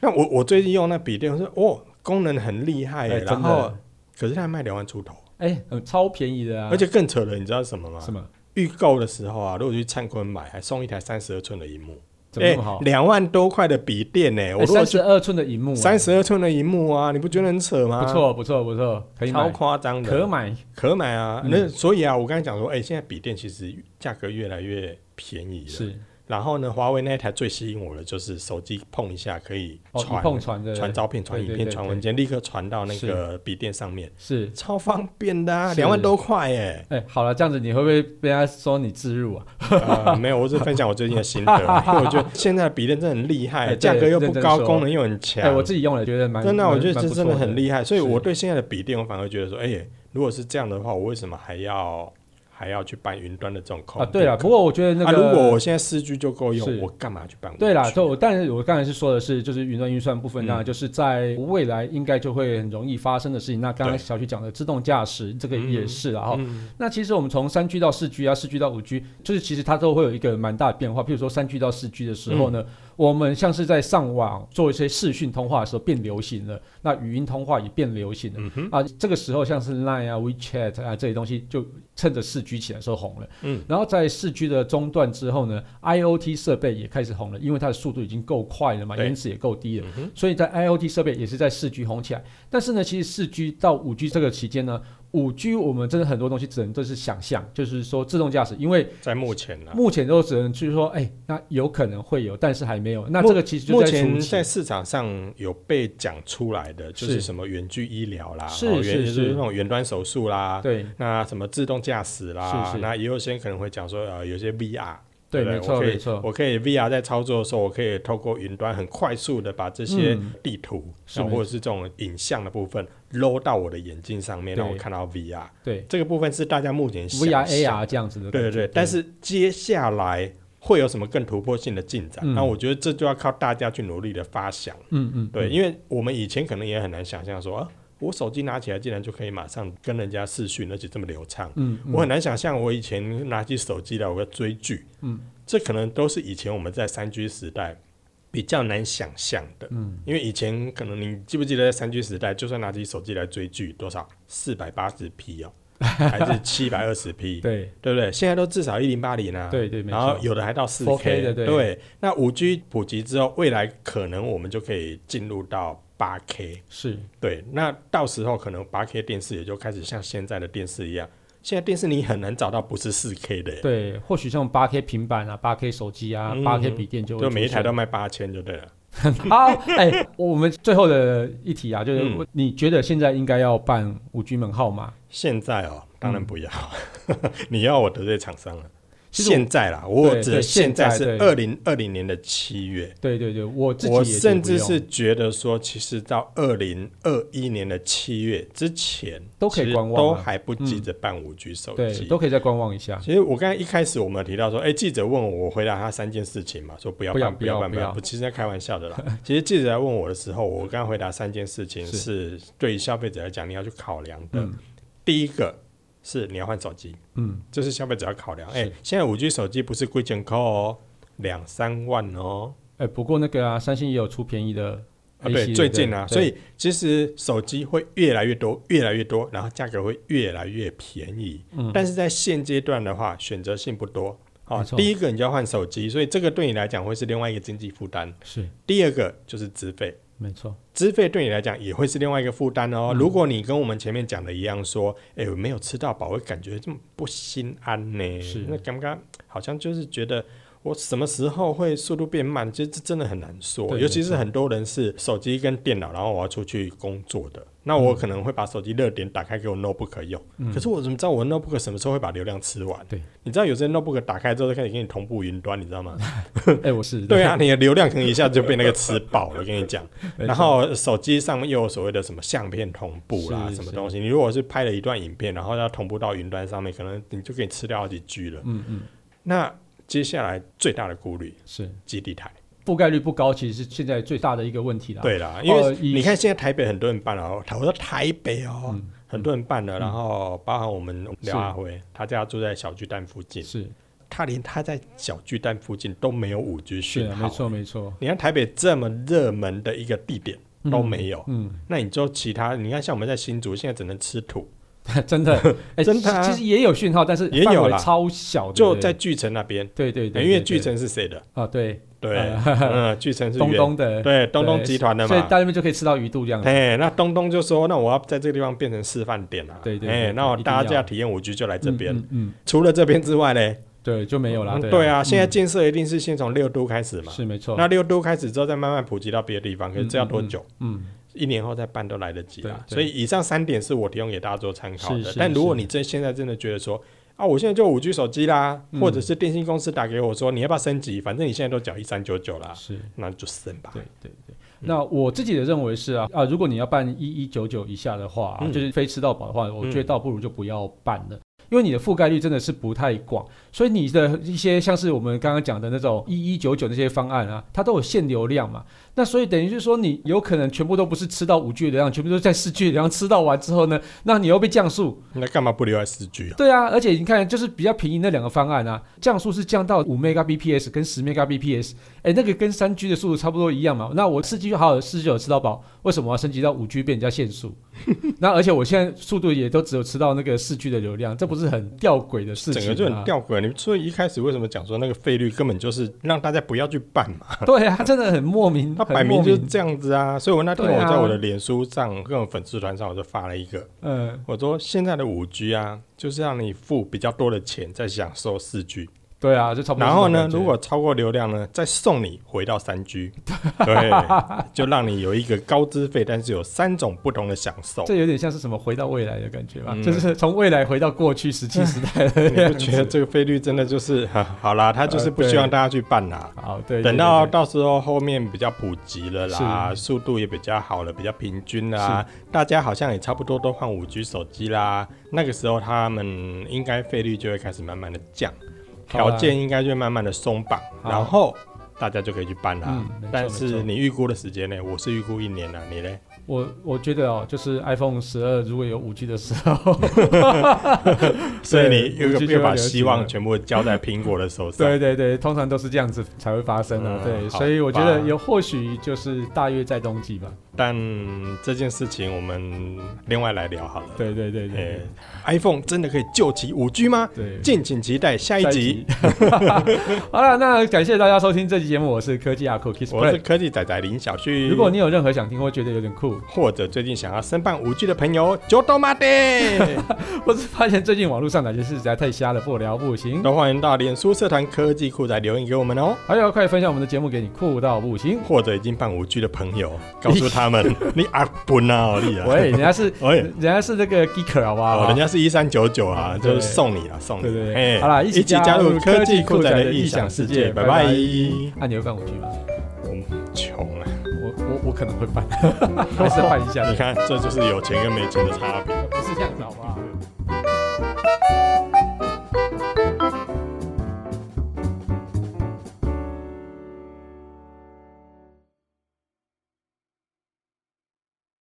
S2: 那我我最近用那笔电，我说哦，功能很厉害耶、
S1: 哎
S2: 然
S1: 真
S2: 后
S1: 的，
S2: 可是它卖两万出头，
S1: 哎，很超便宜的啊，
S2: 而且哎更扯了，你知道什么吗
S1: 什？么
S2: 预购的时候啊，如果去灿坤买，还送一台三十二寸的荧幕，哎
S1: 怎么那么好？哎
S2: 两、万多块的笔电呢、我如果
S1: 三
S2: 去
S1: 十二寸的荧幕，哎
S2: 三，十二寸的荧幕啊，你不觉得很扯吗？
S1: 不，错不错不错，可以
S2: 超
S1: 买，
S2: 夸张的，
S1: 可买，
S2: 可买啊。
S1: 嗯
S2: 那所以啊，我刚才讲说，哎、现在笔电其实价格越来越便宜了。
S1: 是
S2: 然后呢，华为那一台最吸引我的就是手机碰一下可以
S1: 哦，一
S2: 传
S1: 碰传的，
S2: 传照片、传
S1: 对
S2: 影
S1: 对
S2: 片、
S1: 对
S2: 传
S1: 对
S2: 文件，立刻传到那个笔电上面，
S1: 是。
S2: 超方便的、啊，
S1: 是、
S2: 两万多块耶
S1: 哎，好了，这样子你会不会被他说你自入啊？
S2: 呃没有，我是分享我最近的心得，因为我觉得现在的笔电真的很厉害，
S1: 哎对
S2: 价格又不
S1: 认真
S2: 高，
S1: 说
S2: 功能又很强。
S1: 哎，我自己用了，觉得蛮
S2: 啊真的啊，
S1: 蛮
S2: 我觉得
S1: 蛮
S2: 这
S1: 不
S2: 真的
S1: 错
S2: 很厉害，所以
S1: 是
S2: 我对现在的笔电，我反而觉得说，哎、如果是这样的话，我为什么还要还要去办云端的这种空？
S1: 啊。对了，不过我觉得那
S2: 啊，
S1: 个，
S2: 如果我现在四 G 就够用，
S1: 是
S2: 我干嘛去办？
S1: 对啦，
S2: 就
S1: 就但是我刚才是说的是，就是云端运算部分，
S2: 嗯
S1: 当然就是在未来应该就会很容易发生的事情。那刚刚
S2: 对
S1: 小徐讲的自动驾驶，这个
S2: 嗯
S1: 也是啊啦，然后、
S2: 嗯
S1: 那其实我们从三 G 到四 G 啊，四 G 到五 G，就是其实它都会有一个蛮大的变化。譬如说三 G 到四 G 的时候
S2: 嗯
S1: 呢，我们像是在上网做一些视讯通话的时候变流行了，那语音通话也变流行了。
S2: 嗯哼，
S1: 啊，这个时候像是 Line 啊、WeChat 啊这些东西，就趁着四 G 起来的时候红了。
S2: 嗯，
S1: 然后在四 G 的中段之后呢，IOT 设备也开始红了，因为它的速度已经够快了嘛，
S2: 对
S1: 延迟也够低了，
S2: 嗯哼
S1: 所以在 IOT 设备也是在四 G 红起来。但是呢，其实四 G 到五 G 这个期间呢，五 G 我们真的很多东西只能都是想象，就是说自动驾驶，因为
S2: 在目前啊呢、
S1: 目前都只能去说，哎，那有可能会有，但是还没有。那
S2: 目
S1: 这个其实就
S2: 目
S1: 在初
S2: 前
S1: 期
S2: 在。市场上有被讲出来的，就是
S1: 是
S2: 什么远距医疗啦，
S1: 是
S2: 哦
S1: 是
S2: 远
S1: 是
S2: 就是那种远端手术啦，
S1: 对
S2: 那什么自动驾驶啦，
S1: 是是
S2: 那也有些人可能会讲说，呃，有些 VR，
S1: 对，
S2: 不
S1: 没
S2: 我
S1: 错
S2: 可以
S1: 没错，
S2: 我可以 VR 在操作的时候，我可以透过云端很快速的把这些
S1: 嗯
S2: 地图，
S1: 是
S2: 啊
S1: 没
S2: 或者是这种影像的部分搂到我的眼镜上面，
S1: 对
S2: 让我看到 VR。
S1: 对
S2: 这个部分是大家目前想
S1: VR
S2: 象
S1: AR 这样子的
S2: 对
S1: 感觉。
S2: 对对，但是接下来会有什么更突破性的进展？
S1: 嗯
S2: 那我觉得这就要靠大家去努力的发想。
S1: 嗯嗯，
S2: 对，
S1: 嗯
S2: 因为我们以前可能也很难想象说，啊，我手机拿起来竟然就可以马上跟人家视讯，而且这么流畅。
S1: 嗯，嗯
S2: 我很难想象，我以前拿起手机来，我要追剧，
S1: 嗯，
S2: 这可能都是以前我们在三 G 时代比较难想象的，
S1: 嗯，
S2: 因为以前可能你记不记得在三 G 时代，就算拿起手机来追剧，多少四百八十 P 哦，还是七百二十 P，
S1: 对
S2: 对不对？现在都至少一零八零啊，
S1: 对对，没
S2: 然后
S1: 错，
S2: 有的还到四
S1: 4K 的对
S2: 那五 G 普及之后，未来可能我们就可以进入到八 K，
S1: 是
S2: 对，那到时候可能八 K 电视也就开始像现在的电视一样，现在电视你很难找到不是四 K 的耶，
S1: 对，或许像八 K 平板啊、八 K 手机啊、
S2: 嗯
S1: 八 K 笔电就会
S2: 就每一
S1: 出
S2: 台
S1: 现
S2: 都卖八千就对了。
S1: 好，哎、我们最后的一题啊，就是
S2: 嗯
S1: 我你觉得现在应该要办五 G 门号吗？
S2: 现在哦，当然不要， 你要我得罪厂商了。
S1: 其实我
S2: 现在啦，我
S1: 对
S2: 指
S1: 对
S2: 的现在
S1: 现
S2: 是
S1: 在
S2: 二零二零年的七月，
S1: 对对对，我自己
S2: 我
S1: 也觉得
S2: 甚
S1: 不
S2: 至
S1: 用
S2: 是觉得说，其实到二零二一年的七月之前
S1: 都可以
S2: 其实
S1: 观望
S2: 都
S1: 啊嗯
S2: 还不急着办五 G 手
S1: 对，
S2: 机。
S1: 都可以再观望一下。
S2: 其实我刚才一开始我们有提到说，哎，记者问我，我回答他三件事情嘛，说不要
S1: 不要
S2: 办，不要
S1: 不要
S2: 办，
S1: 不要
S2: 不，其实在开玩笑的 啦。其实记者来问我的时候，我刚刚回答三件事情是对于消费者来讲你要去考量的。
S1: 嗯
S2: 第一个是你要换手机，
S1: 嗯，
S2: 这是消费者要考量。哎、
S1: 是
S2: 现在五 G 手机不是贵钱扣哦，两三万哦。
S1: 哎、不过那个啊，三星也有出便宜的 A 系
S2: 啊，
S1: 列、
S2: 对，最近啊，
S1: 对
S2: 所以其实手机会越来越多，越来越多，然后价格会越来越便宜。
S1: 嗯
S2: 但是在现阶段的话，选择性不多。
S1: 没
S2: 哦，
S1: 错
S2: 第一个你就要换手机，所以这个对你来讲会是另外一个经济负担。
S1: 是
S2: 第二个就是资费，
S1: 没 错，
S2: 资费对你来讲也会是另外一个负担
S1: 嗯
S2: 哦。如果你跟我们前面讲的一样，说，哎、我没有吃到饱，会感觉这么不心安呢。
S1: 是
S2: 那刚刚好像就是觉得我什么时候会速度变慢，这这真的很难说。
S1: 对
S2: 尤其
S1: 没
S2: 是
S1: 错
S2: 很多人是手机跟电脑，然后我要出去工作的，那我可能会把手机热点打开给我 notebook 用。
S1: 嗯
S2: 可是我怎么知道我 notebook 什么时候会把流量吃完？
S1: 对，
S2: 你知道有些 notebook 打开之后就开始给你同步云端，你知道吗？
S1: 哎、我是
S2: 对啊，，你的流量可能一下子就被那个吃饱了，跟你讲。
S1: 没错
S2: 然后手机上面又有所谓的什么相片同步啦，
S1: 是
S2: 什么
S1: 是
S2: 东西。你如果是拍了一段影片，然后要同步到云端上面，可能你就可以吃掉好几 G 了。
S1: 嗯嗯
S2: 那接下来最大的顾虑，
S1: 是
S2: 基地台。
S1: 覆盖率不高，其实是现在最大的一个问题啦。
S2: 对啦，因为
S1: 啊哦以
S2: 你看现在台北很多人办了哦，我说台北哦，
S1: 嗯
S2: 很多人办了，然后包含我们
S1: 是
S2: 廖阿辉，他家住在小巨蛋附近，
S1: 是
S2: 他连他在小巨蛋附近都没有五 G
S1: 是
S2: 讯
S1: 啊，
S2: 号。
S1: 没错没错，
S2: 你看台北这么热门的一个地点都
S1: 嗯
S2: 没有，
S1: 嗯，
S2: 那你就其他，你看像我们在新竹，现在只能吃土，
S1: 真 的，哎、
S2: 真的啊
S1: 其其实也有讯号，但是
S2: 也
S1: 范
S2: 有
S1: 围
S2: 啦
S1: 超小的，
S2: 就在巨城那边，哎
S1: 对对对，
S2: 因为
S1: 对
S2: 巨
S1: 对
S2: 城是谁的？
S1: 啊，对，
S2: 对，
S1: 呃
S2: 嗯，巨城是
S1: 东
S2: 远
S1: 东的，
S2: 对东东
S1: 对
S2: 集团的
S1: 所以
S2: 嘛
S1: 大。家们就可以吃到鱼肚这样子。
S2: 哎，那东东就说，那我要在这个地方变成示范点啊。
S1: 对对对
S2: 哎，那我
S1: 一定
S2: 大家
S1: 要
S2: 要体验五 G 就来这边。
S1: 嗯嗯，嗯
S2: 除了这边之外呢，
S1: 对，就没有啦。
S2: 嗯
S1: 对
S2: 对啊，现在
S1: 嗯
S2: 建设一定是先从六都开始嘛。
S1: 是没错。
S2: 那六都开始之后，再慢慢普及到别的地方，可是这要多
S1: 嗯嗯
S2: 久？
S1: 嗯，
S2: 一年后再办都来得及啦。
S1: 对对
S2: 所以以上三点是我提供给大家做参考的。
S1: 是是
S2: 但如果
S1: 是
S2: 你真现在真的觉得说啊，我现在就五 G 手机啦，
S1: 嗯
S2: 或者是电信公司打给我说你要不要升级，反正你现在都缴一三九九啦，
S1: 是，
S2: 那就升吧。
S1: 对对对。那我自己的认为是啊啊，如果你要办一一九九以下的话、啊
S2: 嗯
S1: 就是非吃到饱的话，我觉得
S2: 嗯
S1: 倒不如就不要办了。因为你的覆盖率真的是不太广，所以你的一些像是我们刚刚讲的那种一一九九那些方案啊，它都有限流量嘛。那所以等于是说，你有可能全部都不是吃到五 G 的流量，全部都在四 G 的流量吃到完之后呢，那你又被降速，
S2: 那干嘛不留在四 G 啊？
S1: 对啊，而且你看，就是比较便宜那两个方案啊，降速是降到五 Mbps 跟十 Mbps，哎，那个跟三 G 的速度差不多一样嘛。那我四 G 就好好四 G 有吃到饱，为什么我要升级到五 G 被人家限速？ 那而且我现在速度也都只有吃到那个四 G 的流量，这不是很吊诡的事情、
S2: 整
S1: 啊？
S2: 个就很吊诡。你所以一开始为什么讲说那个费率根本就是让大家不要去办嘛？
S1: 对啊，真的很莫名，
S2: 它
S1: 很
S2: 摆明
S1: 莫
S2: 就是
S1: 名
S2: 这样子啊。所以我那天
S1: 对
S2: 我
S1: 啊
S2: 在我的脸书上跟我粉丝团上我就发了一个，
S1: 呃，
S2: 我说现在的五 G 啊，就是让你付比较多的钱在享受四 G。
S1: 对啊，就差不多
S2: 然
S1: 是这种
S2: 后
S1: 感觉。
S2: 呢，如果超过流量呢，再送你回到三 G，对，就让你有一个高资费，但是有三种不同的享受，
S1: 这有点像是什么回到未来的感觉吧，
S2: 嗯
S1: 就是从未来回到过去石器时代的
S2: 你
S1: 样
S2: 不
S1: 子。
S2: 觉得这个费率真的就是、哈好啦？他
S1: 呃
S2: 就是不希望大家去办啊啦。
S1: 好，对，
S2: 等
S1: 对
S2: 到
S1: 对对
S2: 到时候后面比较普及了啦，速度也比较好了，比较平均啦，大家好像也差不多都换五 G 手机啦。那个时候他们应该费率就会开始慢慢的降，
S1: 好啦
S2: 条件应该就会慢慢的松绑，
S1: 好
S2: 然后大家就可以去办啦。
S1: 嗯没错
S2: 但
S1: 没错
S2: 是你预估的时间呢？我是预估一年啦，你呢？
S1: 我我觉得哦，就是 iPhone 十二如果有五 G 的时候，
S2: 所以你又
S1: 5 G 就会
S2: 又把
S1: 流行
S2: 希望
S1: 了
S2: 全部交在苹果的手上。
S1: 对对对，通常都是这样子才会发生啊。
S2: 嗯
S1: 对，
S2: 好
S1: 所以我觉得
S2: 吧
S1: 有或许就是大约在冬季吧。
S2: 但这件事情我们另外来聊好了。
S1: 对对对
S2: 诶
S1: 对
S2: i p h o n e 真的可以救起五 G 吗？
S1: 对。
S2: 敬请期待下一
S1: 下
S2: 集。。
S1: 好了，那感谢大家收听这期节目，我是科技阿酷 Kiss
S2: 我是
S1: Play。
S2: 科技仔仔林小旭。
S1: 如果你有任何想听或觉得有点酷， 酷！
S2: 或者最近想要申办五 G 的朋友，就到马爹，
S1: 我是发现最近网络上哪些事实在太瞎了，不聊不行。
S2: 都欢迎到脸书社团科技酷宅留言给我们哦。
S1: 还有，快分享我们的节目给你酷到不行！
S2: 或者已经办五 G 的朋友，告诉 他们你阿不闹你啊！
S1: 喂，人家是，
S2: 喂，
S1: 人家是那个 geeker 好不好？啊
S2: 哦，人家是一三九九啊，
S1: 对
S2: 就是送你啊，送你。
S1: 对对对
S2: 嘿
S1: 好啦
S2: 一
S1: 一起
S2: 加
S1: 加入
S2: 入科
S1: 科
S2: 技
S1: 技
S2: 酷
S1: 酷
S2: 宅
S1: 宅
S2: 的
S1: 的
S2: 异
S1: 异
S2: 想
S1: 想
S2: 世
S1: 世
S2: 界，
S1: 界拜
S2: 拜拜
S1: 拜。啊，你会办舞剧吗？
S2: 我们穷啊，
S1: 我我我可能会办，还是办一下
S2: 你
S1: 的，
S2: 看这就是有钱跟没钱的差别。
S1: 不是这样子好不好？